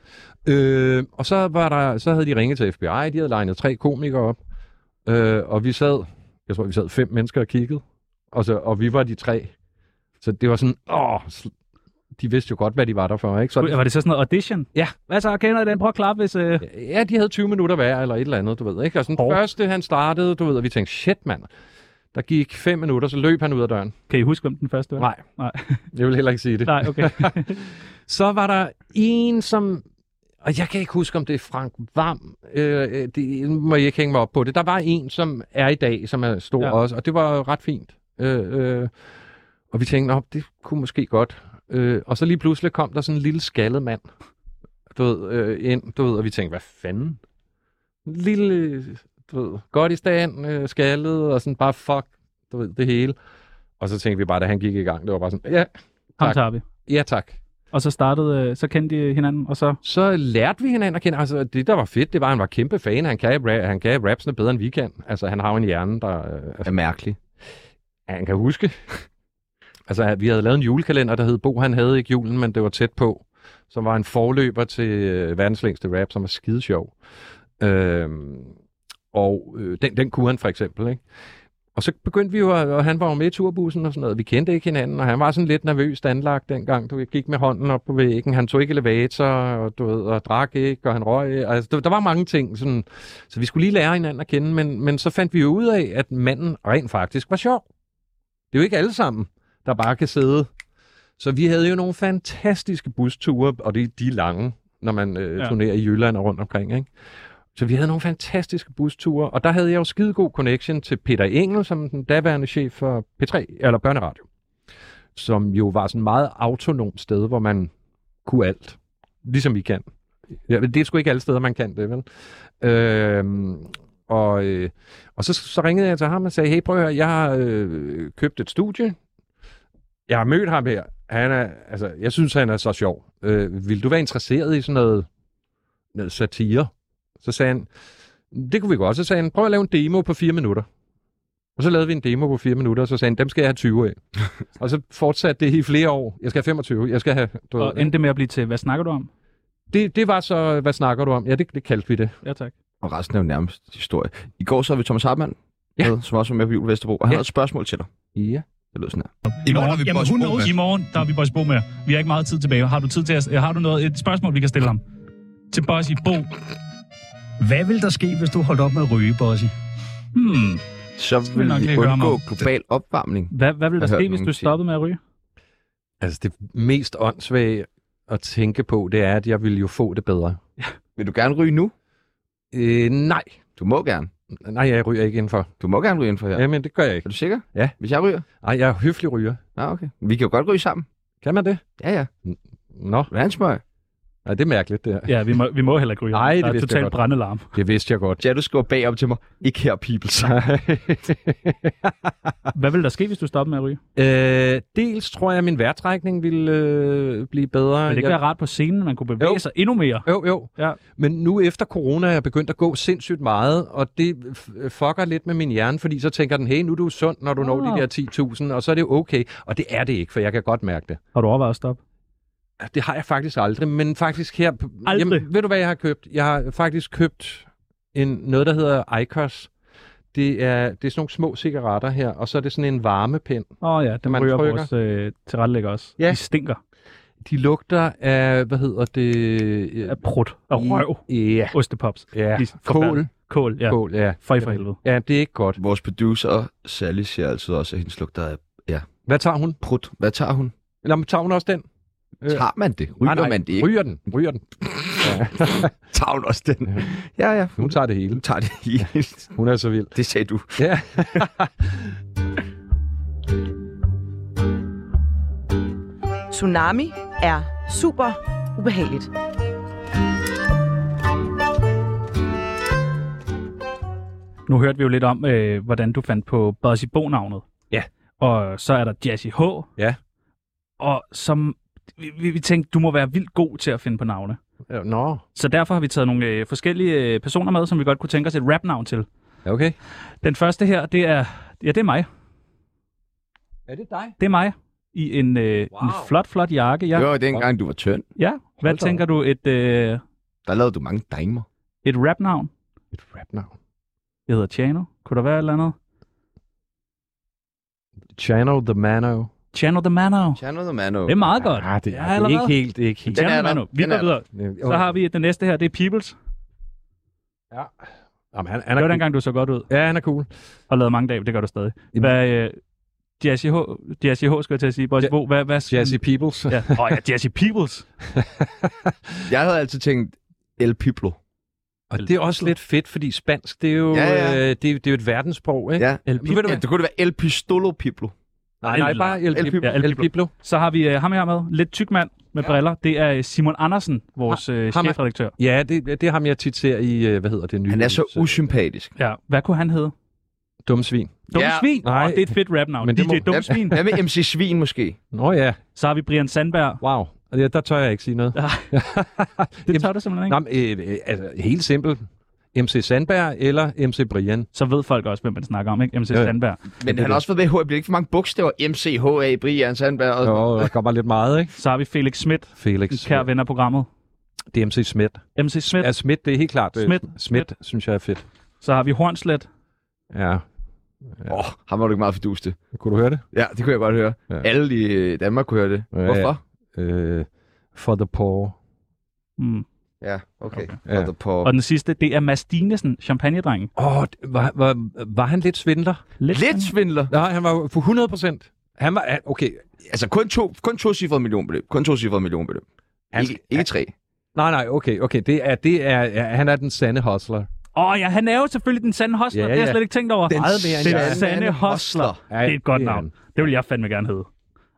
S3: Øh, og så, var der, så havde de ringet til FBI. De havde legnet tre komikere op. Øh, og vi sad, jeg tror, vi sad fem mennesker og kiggede. Og, så, og vi var de tre. Så det var sådan, åh, sl- de vidste jo godt, hvad de var der for, ikke? Så
S4: Gud, Var det så sådan noget audition?
S3: Ja.
S4: Hvad så, kender I den? Prøv at klappe, hvis... Øh...
S3: Ja, de havde 20 minutter hver, eller et eller andet, du ved. Ikke? Og sådan,
S4: Hov.
S3: oh. første han startede, du ved, og vi tænkte, shit mand. Der gik fem minutter, så løb han ud af døren.
S4: Kan I huske, hvem den første var?
S3: Nej.
S4: Nej.
S3: Jeg vil heller ikke sige det.
S4: Nej, okay.
S3: Så var der en, som... Og jeg kan ikke huske, om det er Frank Vam. Øh, øh, det må jeg ikke hænge mig op på det. Der var en, som er i dag, som er stor
S4: Ja.
S3: ja. også, og det var ret fint. Øh, øh, og vi tænkte, "Nå, det kunne måske godt. Øh, og så lige pludselig kom der sådan en lille skaldet mand du ved, øh, ind, du ved, og vi tænkte, hvad fanden? En Lille, du ved, godt i stand, øh, skaldet, og sådan bare fuck, du ved, det hele. Og så tænkte vi bare, da han gik i gang, det var bare sådan, ja,
S4: Ham
S3: Tak.
S4: tager vi.
S3: ja tak.
S4: Og så startede, øh, så kendte de hinanden, og så...
S3: så lærte vi hinanden at kende. Altså, det, der var fedt, det var, at han var kæmpe fan. Han kan, ra- han kan rapsene bedre, end vi kan. Altså, han har jo en hjerne, der... Øh,
S1: Det er
S3: altså,
S1: mærkeligt.
S3: han kan huske. altså, vi havde lavet en julekalender, der hed Bo, han havde ikke julen, men det var tæt på. Som var en forløber til øh, verdens længste rap, som var skide sjov. Øhm, og øh, den, den kunne han for eksempel, ikke? Og så begyndte vi jo, at- og han var jo med i turbussen og sådan noget. Vi kendte ikke hinanden, og han var sådan lidt nervøst anlagt dengang. Du ved, gik med hånden op på væggen, han tog ikke elevator, og, du ved, og drak ikke, og han røg. Altså, der, der var mange ting, sådan, så vi skulle lige lære hinanden at kende. Men, men så fandt vi jo ud af, at manden rent faktisk var sjov. Det er jo ikke alle sammen, der bare kan sidde. Så vi havde jo nogle fantastiske busture, og det, de er lange, når man øh,
S4: Ja.
S3: ja. turnerer i Jylland og rundt omkring, ikke? Så vi havde nogle fantastiske busture, og der havde jeg jo skide god connection til Peter Engel, som den daværende chef for P3, eller Børneradio, som jo var sådan et meget autonomt sted, hvor man kunne alt, ligesom vi kan. Ja, men det er sgu ikke alle steder, man kan det, vel? Øhm, og øh, og så, så ringede jeg til ham og sagde, hey, prøv at høre, jeg har øh, købt et studie. Jeg har mødt ham her. Han er, altså, jeg synes, han er så sjov. Øh, vil du være interesseret i sådan noget, noget satire? Så sagde han, det kunne vi godt. Så sagde han, prøv at lave en demo på fire minutter. Og så lavede vi en demo på fire minutter, og så sagde han, dem skal jeg have 20 af. og så fortsatte det i flere år. Jeg skal have 25, jeg skal have... Du ved,
S4: Og endte det med at blive til, hvad snakker du om?
S3: det, det var så, hvad snakker du om? Ja, det, det kaldte vi det.
S4: Ja, tak.
S1: Og resten er jo nærmest historie. I går så vi Thomas Hartmann,
S3: Ja.
S1: med, som også var med på Jul Vesterbro, og han
S3: Ja.
S1: har et spørgsmål til dig.
S3: Ja.
S1: Det lød sådan her.
S6: I morgen er vi Boys Bo med.
S7: I morgen, der er vi Boys Bo med. Vi har ikke meget tid tilbage. Har du tid til at,
S4: øh,
S7: har du noget, et spørgsmål, vi kan stille ham? Til Bossy Bo.
S8: Hvad vil der ske, hvis du holdt op med at ryge, Bossy?
S4: Hmm.
S1: Så
S7: Skal vi
S1: vil
S7: nok
S1: vi
S7: lige høre
S1: undgå
S7: om-
S1: global opvarmning.
S4: Hvad, hvad ville der
S1: Jeg hørte
S4: ske, hvis
S1: nogen
S4: du
S1: sige-
S4: stoppede med at ryge?
S3: Altså det mest åndssvage at tænke på, det er, at jeg ville jo få det bedre.
S1: Vil du gerne ryge nu?
S3: Øh, nej.
S1: Du må gerne.
S3: Nej, jeg ryger ikke indenfor.
S1: Du må gerne ryge indenfor her.
S3: Ja. Jamen, det gør jeg
S1: Er
S3: ikke.
S1: du sikker?
S3: Ja.
S1: Hvis jeg ryger?
S3: Nej, jeg er høflig ryger.
S1: Ja, okay. Vi kan jo godt ryge sammen.
S3: Kan man det?
S1: Ja, ja.
S3: Nå.
S1: Randsmøg.
S3: Nej, det er mærkeligt, det her.
S4: Ja, vi må, vi må heller ikke ryge.
S3: Nej, det
S4: der er
S3: vidste jeg
S4: totalt
S3: godt.
S4: brandalarm.
S3: Det vidste jeg godt.
S1: Ja, du skriver bagom til mig. Ikke her, peoples.
S4: Hvad ville der ske, hvis du stoppede med at ryge?
S3: Øh, dels tror jeg, at min vejrtrækning ville øh, blive bedre.
S4: Ville det ikke
S3: jeg...
S4: være rart på scenen, man kunne bevæge
S3: Jo.
S4: jo. sig endnu mere?
S3: Jo, jo.
S4: Ja.
S3: Men nu efter corona er jeg begyndt at gå sindssygt meget, og det f- fucker lidt med min hjerne, fordi så tænker den, hey, nu er du sund, når du når
S4: Ah.
S3: de der 10.000, og så er det okay. Og det er det ikke, for jeg kan godt mærke det.
S4: Har du overvejet at stoppe?
S3: Det har jeg faktisk aldrig, men faktisk her...
S4: Aldrig?
S3: Jamen, ved du, hvad jeg har købt? Jeg har faktisk købt en, noget, der hedder Icos. Det er, det er sådan nogle små cigaretter her, og så er det sådan en varmepind.
S4: Åh oh, ja, den
S3: Man
S4: ryger
S3: trykker.
S4: vores øh, tilrettelægger også.
S3: Ja.
S4: De stinker
S3: De lugter af, hvad hedder det?
S4: af prut og røv.
S3: Ja.
S4: Ostepops.
S3: ja.
S4: De er
S3: Kål.
S4: forfærdelige. Kål, ja.
S3: Kål, ja.
S4: Føj for helvede.
S3: Ja, det er ikke godt.
S1: Vores producer, Sally, siger altid også, at hendes lugter er
S3: Hvad tager hun?
S1: prut. Hvad tager hun?
S3: Eller men tager hun også den? Øh,
S1: Tager man det? Ryger
S3: Nej, nej,
S1: man det ikke?
S3: Ryger den. Ryger den.
S1: Tager hun også den? Ja, ja.
S3: Hun tager det hele.
S1: Hun tager det helt.
S3: Hun er så vild.
S1: Det sagde du.
S3: Ja.
S5: Tsunami er super ubehageligt.
S4: Nu hørte vi jo lidt om, øh, hvordan du fandt på Buzzy Bo-navnet.
S3: Ja.
S4: Og så er der Jazzy H.
S3: Ja.
S4: Og som vi, vi, vi tænkte, du må være vildt god til at finde på navne.
S3: Ja, Nå.
S4: Så derfor har vi taget nogle øh, forskellige øh, personer med, som vi godt kunne tænke os et rap-navn til.
S3: Ja, Okay.
S4: Den første her, det er, ja, det er mig.
S3: Er det dig?
S4: Det er mig i en, øh, wow.
S3: Wow.
S4: en flot, flot jakke. Ja,
S1: Det var dengang, du var tynd.
S4: ja. Hvad
S3: Hold da
S4: tænker du, et, øh,
S1: Der lavede du mange damer.
S4: et rap-navn?
S3: Et rapnavn.
S4: Jeg hedder Chano. Kunne der være et eller andet?
S3: Channel the Mano.
S4: Chano the Mano.
S1: Channel the Mano.
S4: Det er meget godt.
S3: Ah, det er,
S4: Ja,
S3: det er
S4: allerede.
S3: ikke helt, det er ikke helt.
S1: Den
S4: Chano
S1: er
S4: the
S1: der.
S4: Mano. Vi
S1: Den
S4: går
S1: er der.
S4: videre. Så har vi den næste her, det er Peoples.
S3: Ja. Jamen, han, han
S4: Det
S3: er
S4: var
S3: cool.
S4: dengang, du så godt ud.
S3: Ja, han er cool.
S4: Og lavet mange dage, det gør du stadig. Hvad, øh, Jazzy H, Jazzy H, skal jeg til at sige, Boys
S3: Ja.
S4: Bo, hvad, hvad,
S3: Jazzy Peoples.
S4: Ja. Åh oh, ja, Jazzy Peoples.
S1: Jeg havde altid tænkt, El Piplo.
S3: Og det er også lidt fedt, fordi spansk, det er jo,
S1: Ja, ja.
S3: Øh, det, er, det er jo et verdenssprog, ikke?
S1: Ja.
S3: El
S1: Men ved du
S3: Piplo.
S1: hvad? Det kunne det være El Pistolo Piplo.
S3: Nej, nej, bare El,
S1: El
S3: Pip-
S1: Piplo.
S3: Ja, El Piplo.
S4: Så har vi øh, ham her med, lidt tyk mand med ja. briller. Det er øh, Simon Andersen, vores øh,
S3: ham er-
S4: chefredaktør.
S3: Ja, det, det er ham, jeg tit ser i, øh, hvad hedder det nye?
S1: Han er så
S3: hus, øh,
S1: usympatisk.
S4: Ja. Hvad kunne han hedde?
S3: Dumme svin.
S4: Dumme
S1: Ja.
S4: svin?
S3: Nej.
S4: Oh, det er et fedt rapnavn.
S3: Men det
S4: DJ
S3: må-
S4: må... Dumme svin.
S1: Hvad med MC Svin måske?
S3: Nå ja,
S4: Så har vi Brian Sandberg.
S3: wow. Og Ja, der tør jeg ikke sige noget.
S4: Det tør du simpelthen ikke.
S3: Nå, men, øh, øh, altså, helt simpelt. MC Sandberg eller MC Brian.
S4: Så ved folk også, hvem man snakker om, ikke? MC
S3: Ja, ja.
S4: Sandberg.
S1: Men han har også fået med i HA. Bliver ikke for mange bogstaver? MC, HA, Brian Sandberg. Og...
S3: Jo, der kommer lidt meget, ikke?
S4: Så har vi Felix Schmidt, en
S3: Felix.
S4: kær ven af programmet.
S3: Det er MC Smidt.
S4: MC Schmidt.
S3: Ja, Smidt, det er helt klart. øh,
S4: Smidt.
S3: Smidt, synes jeg er fedt.
S4: Så har vi Hornslet.
S3: Ja.
S1: Åh, oh, ham var du ikke meget fordust til.
S3: Kunne du høre det?
S1: Ja, det kunne jeg godt høre.
S3: Ja.
S1: Ja. Alle i øh, Danmark kunne høre det.
S3: Ja, ja.
S1: Hvorfor?
S3: Øh, for the poor.
S4: Mm.
S1: Ja, okay. okay.
S3: Ja.
S1: Ja. Og på...
S4: Og den sidste, det er Mads Dinesen, champagnedrengen.
S3: Åh, oh, var, var, var han lidt svindler?
S1: Lidt svindler.
S3: Nej, han var jo på 100 procent. Han var, ah, okay,
S1: Altså kun to, kun to cifrede millionbeløb. Kun to cifrede millionbeløb.
S3: Han-
S1: Ikke, ikke tre.
S3: nej, nej, okay, okay. Det er, det er, ja, han er den sande hustler.
S4: Åh oh, ja, han er jo selvfølgelig den sande hostler.
S3: Ja,
S4: Ja, Det har
S3: ja.
S4: jeg slet ikke tænkt over.
S3: Den Meget mere end
S4: den
S3: jeg er.
S4: sande hostler.
S3: Ja,
S4: Det er et godt
S3: det er
S4: navn. Det vil jeg fandme gerne hedde.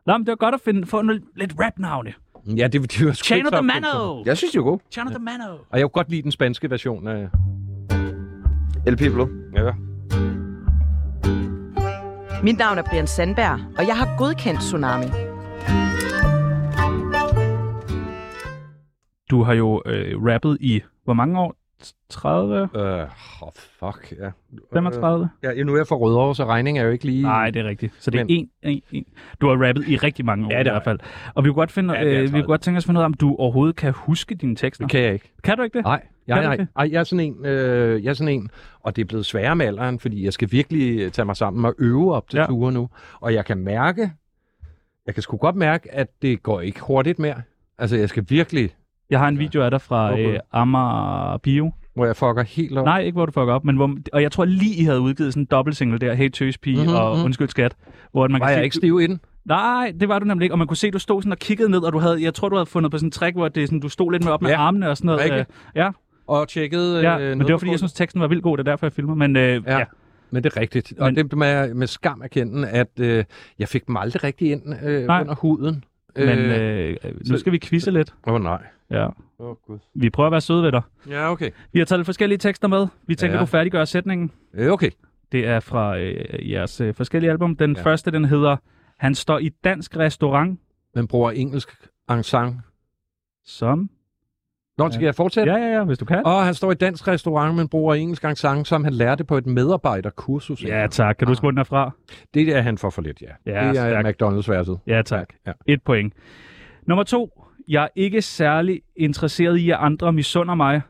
S4: Nå, men det var godt at finde, få noget, lidt rap-navne.
S3: Ja, det, det var sgu
S4: Chano
S3: ikke så
S4: the
S3: opfindsomt.
S4: Mano!
S1: Jeg synes, det er god.
S4: Chano the Mano!
S3: Og jeg kunne godt lide den spanske version af...
S1: El Piblo.
S3: Ja.
S5: Mit navn er Brian Sandberg, og jeg har godkendt Tsunami.
S4: Du har jo øh, rappet i, hvor mange år? 30?
S3: Øh, oh, fuck, ja. Øh,
S4: 35?
S3: Ja, nu er jeg fra Rødovre, så regningen er jo ikke lige...
S4: Nej, det er rigtigt. Så det er
S3: Men-
S4: en, en, en. Du har rappet i rigtig mange år
S3: Ja,
S4: ja,
S3: det
S4: i
S3: har
S4: hvert fald. Og vi kunne godt, finde,
S3: Ja,
S4: ja,
S3: det
S4: øh,
S3: er
S4: vi kunne
S3: 30.
S4: godt tænke os at finde ud af, om du overhovedet kan huske dine tekster.
S3: Det kan jeg ikke.
S4: Kan du ikke det?
S3: Nej,
S4: Kan
S3: jeg,
S4: du
S3: nej,
S4: ikke
S3: nej. Ej, jeg, er sådan en, øh, jeg er sådan en, og det er blevet sværere med alderen, fordi jeg skal virkelig øh, tage mig sammen og øve op til ja.
S4: Ja.
S3: ture nu. Og jeg kan mærke, jeg kan sgu godt mærke, at det går ikke hurtigt mere. Altså, jeg skal virkelig,
S4: Jeg har en video af dig fra
S3: Hvor god.
S4: øh, Amager Bio.
S3: hvor jeg fucker helt op.
S4: Nej, ikke hvor du fucker op, men hvor, og jeg tror lige, I havde udgivet sådan en dobbelt single der, Hey Tøs Pige
S3: Mhm,
S4: mm-hmm. og
S3: mhm.
S4: Undskyld Skat, hvor at man
S3: var
S4: kan
S3: jeg
S4: se,
S3: ikke stiv i den?
S4: Nej, det var du nemlig ikke, og man kunne se, du stod sådan og kiggede ned, og du havde, jeg tror, du havde fundet på sådan en trick, hvor det er sådan, du stod lidt med op med
S3: Ja,
S4: ja, armene og sådan noget.
S3: rigtigt.
S4: øh, ja,
S3: Og tjekkede...
S4: ja
S3: øh,
S4: men
S3: noget
S4: det var,
S3: på
S4: fordi jeg synes, teksten var vildt god, det er derfor, jeg filmer, men øh, ja.
S3: Ja.
S4: ja.
S3: Men det er rigtigt. Og
S4: Men-
S3: det må jeg med skam erkende, at øh, jeg fik dem aldrig rigtig ind øh,
S4: Nej.
S3: under huden.
S4: Men øh, nu
S3: så-
S4: skal vi quizze lidt.
S3: Åh, oh, nej.
S4: Ja.
S3: Åh, oh, gud.
S4: Vi prøver at være søde ved dig.
S3: Ja, okay.
S4: Vi har taget lidt forskellige tekster med. Vi tænker,
S3: Ja.
S4: ja. du færdiggør sætningen.
S3: Øh, okay.
S4: Det er fra øh, jeres øh, forskellige album. Den
S3: Ja.
S4: ja. første, den hedder Han står i dansk restaurant
S3: Man bruger engelsk ensemble.
S4: som...
S3: Nå, skal jeg fortsætte?
S4: Ja, ja, ja, hvis du kan.
S3: Og han står i dansk restaurant, men bruger engelsk ensemble, som han lærte på et medarbejderkursus.
S4: Ja, tak.
S3: Ah.
S4: Kan du huske, hvor den er fra?
S3: Det er han for for lidt, ja.
S4: Ja,
S3: det er
S4: stærkt.
S3: McDonald's-værelset.
S4: Ja, tak.
S3: Ja.
S4: Et point. Nummer to. Jeg er ikke særlig interesseret i, at andre misunder mig.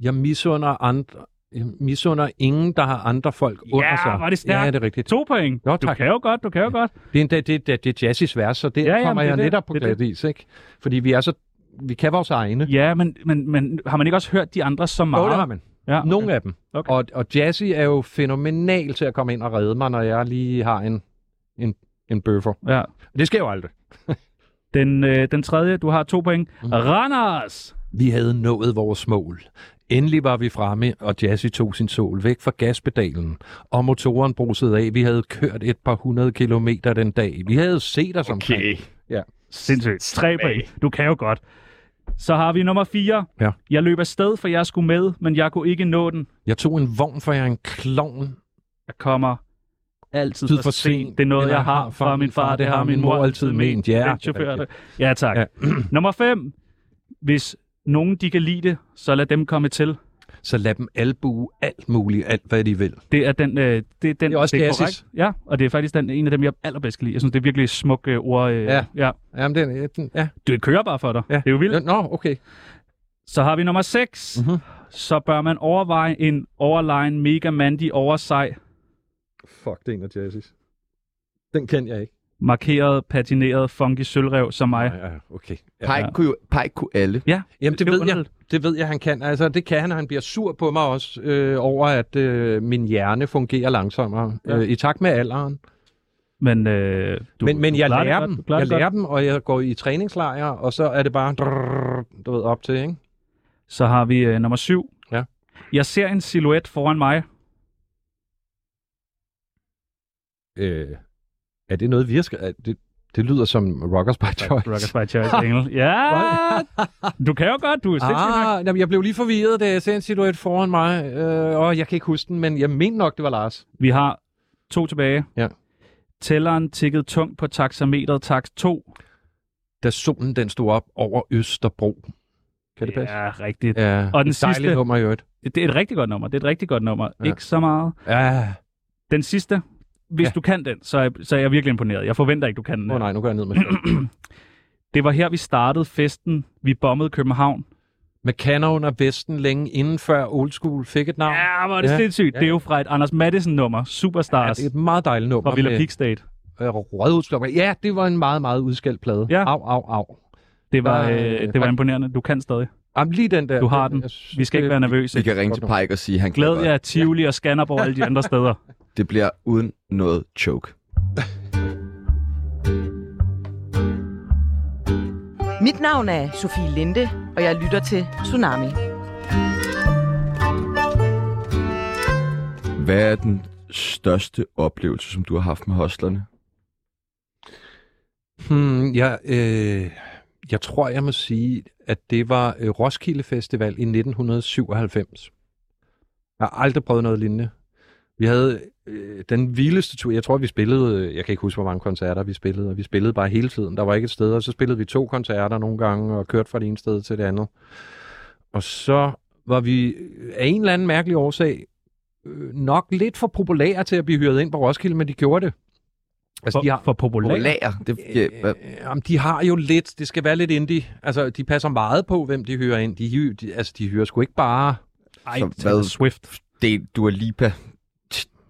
S3: Jeg misunder, andre, jeg misunder ingen, der har andre folk
S4: Ja,
S3: under sig.
S4: hvor er det stærkt.
S3: Ja, det er rigtigt.
S4: To point.
S3: Nå,
S4: du
S3: tak.
S4: kan jo godt, du kan jo godt.
S3: Det er, endda, det, det, det er jazzis vers, så der
S4: Ja, jamen,
S3: kommer
S4: det er
S3: jeg
S4: det.
S3: netop på
S4: Det er det.
S3: glat is, ikke? Fordi vi er så... Vi kan vores egne.
S4: Ja, men, men, men har man ikke også hørt de andre så meget?
S3: Jo, det har man.
S4: Ja, okay.
S3: Nogle af dem.
S4: Okay.
S3: Og, og Jazzy er jo fænomenal til at komme ind og redde mig, når jeg lige har en, en, en bøffer.
S4: Ja.
S3: Det sker jo aldrig.
S4: Den, øh, den tredje, du har to point.
S3: Mhm.
S4: Mm. Randers!
S3: Vi havde nået vores mål. Endelig var vi fremme, og Jazzy tog sin sol væk fra gaspedalen, og motoren brusede af. Vi havde kørt et par hundrede kilometer den dag. Vi havde set os omkring.
S4: Sindssygt. Tre point. Du kan jo godt. Så har vi nummer 4.
S3: Ja.
S4: Jeg løb afsted, for jeg skulle med, men jeg kunne ikke nå den.
S3: Jeg tog en vogn, for jeg er en klovn.
S4: Jeg kommer altid for, for sent. Det er noget,
S3: Eller
S4: jeg har fra min far. Det har min mor altid ment.
S3: Ja,
S4: Den
S3: det er
S4: chauffør,
S3: rigtigt.
S4: der- ja tak.
S3: Ja.
S4: Ja. nummer 5. Hvis nogen de kan lide det, så lad dem komme til.
S3: Så lad dem albue alt muligt, alt hvad de vil.
S4: Det er den, øh, det er den
S3: Det er også
S4: det er
S3: jazzis.
S4: korrekt. Ja, og det er faktisk den, en af dem, jeg allerbedst kan lide. Jeg synes, det er virkelig et smukt øh, ord. Øh,
S3: Ja.
S4: ja.
S3: Jamen, den, den, ja.
S4: Det kører bare for dig.
S3: Ja.
S4: Det er jo vildt.
S3: Nå, okay.
S4: Så har vi nummer 6.
S3: Mhm.
S4: Mm-hmm. Så bør man overveje en overline mega mandig oversij,
S3: Fuck, det er en af Jazzis. Den kendte jeg ikke.
S4: markeret, patineret, funky sølvrev som mig.
S3: Ja, okay. Ja.
S1: Pike, kunne jo, Pike kunne alle.
S4: Ja,
S3: Jamen,
S4: Det
S3: det,
S4: er
S3: ved jeg.
S4: underligt.
S3: Det ved jeg, han kan. Altså, det kan han, og han bliver sur på mig også øh, over, at øh, min hjerne fungerer langsommere ja.
S4: Ja.
S3: øh, i takt med alderen.
S4: men øh, du,
S3: men men
S4: du
S3: jeg
S4: klarer det
S3: lærer
S4: godt,
S3: dem.
S4: du klarer
S3: Jeg
S4: det godt.
S3: lærer dem, og jeg går i træningslejre, og så er det bare drrrr, du ved, op til, ikke?
S4: Så har vi øh, nummer 7.
S3: Ja.
S4: Jeg ser en silhuet foran mig.
S3: Øh, er det noget, vi har skrevet? Det, det lyder som Rockers by Choice.
S4: Rockers by Choice Engel. Ja! Du kan jo godt, du er sindssygt nok.
S3: Ah, jamen, jeg blev lige forvirret, da jeg ser en silhuet foran mig. Øh, og jeg kan ikke huske den, men jeg mener nok, det var Lars.
S4: Vi har to tilbage.
S3: Ja.
S4: Tælleren tikkede tungt på taxameteret tax 2.
S3: Da solen den stod op over Østerbro. Kan det passe?
S4: Ja, rigtigt. Ja.
S3: Ja,
S4: Og den
S3: et dejligt
S4: sidste-
S3: nummer i øvrigt.
S4: Det er et rigtig godt nummer. Det er et rigtig godt nummer.
S3: Ja.
S4: Ja. Ikke så meget.
S3: Ja,
S4: Den sidste. Hvis
S3: Ja.
S4: ja. du kan den, så er, så er jeg virkelig imponeret. Jeg forventer ikke, du kan den.
S3: åh oh,
S4: her.
S3: nej, nu går jeg ned med sjov.
S4: Det var her, vi startede festen. Vi bombede København.
S3: Med Canon og Vesten længe inden før Old School fik et navn.
S4: Ja, hvor er det
S3: Ja.
S4: ja. sindssygt.
S3: Ja.
S4: Ja. Det er jo fra et Anders Madison-nummer.
S3: ja
S4: Superstars.
S3: det
S4: Ja,
S3: er et meget dejligt nummer.
S4: fra Villa
S3: med,
S4: Pigstate.
S3: øh, rødhudsklopper. Ja, det var en meget, meget udskældt plade.
S4: Ja.
S3: Au, au, au.
S4: Det var,
S3: Der, øh,
S4: øh, det var
S3: tak.
S4: imponerende. Du kan stadig.
S3: Jamen, lige den der.
S4: Du har den.
S3: jeg synes,
S4: Vi skal ikke
S3: det-
S4: være nervøse.
S1: Vi kan ringe til Pike og sige, at han kan
S4: Glæd
S1: godt.
S4: jer af Tivoli og Skanderborg og alle de andre steder.
S1: Det bliver uden noget choke.
S5: Mit navn er Sofie Linde, og jeg lytter til Tsunami.
S1: Hvad er den største oplevelse, som du har haft med hostlerne?
S3: Hmm, jeg, øh, jeg tror, jeg må sige, at det var øh, Roskilde Festival i 1997. Jeg har aldrig prøvet noget lignende. Vi havde øh, den vildeste tur. Jeg tror, vi spillede, øh, jeg kan ikke huske, hvor mange koncerter vi spillede, og vi spillede bare hele tiden. Der var ikke et sted, og så spillede vi to koncerter nogle gange, og kørte fra det ene sted til det andet. Og så var vi øh, af en eller anden mærkelig årsag øh, nok lidt for populære til at blive hyret ind på Roskilde, men de gjorde det. Altså,
S4: For, for populær.
S1: Lager. Det, ja,
S3: Øh,
S1: hvad-
S3: jamen, de har jo lidt, det skal være lidt indie. Altså, de passer meget på, hvem de hører ind. De, hy- de, altså, de hører sgu ikke bare...
S4: Ej,
S1: Så
S4: Taylor
S1: hvad-
S4: Swift.
S1: det, du er Lipa.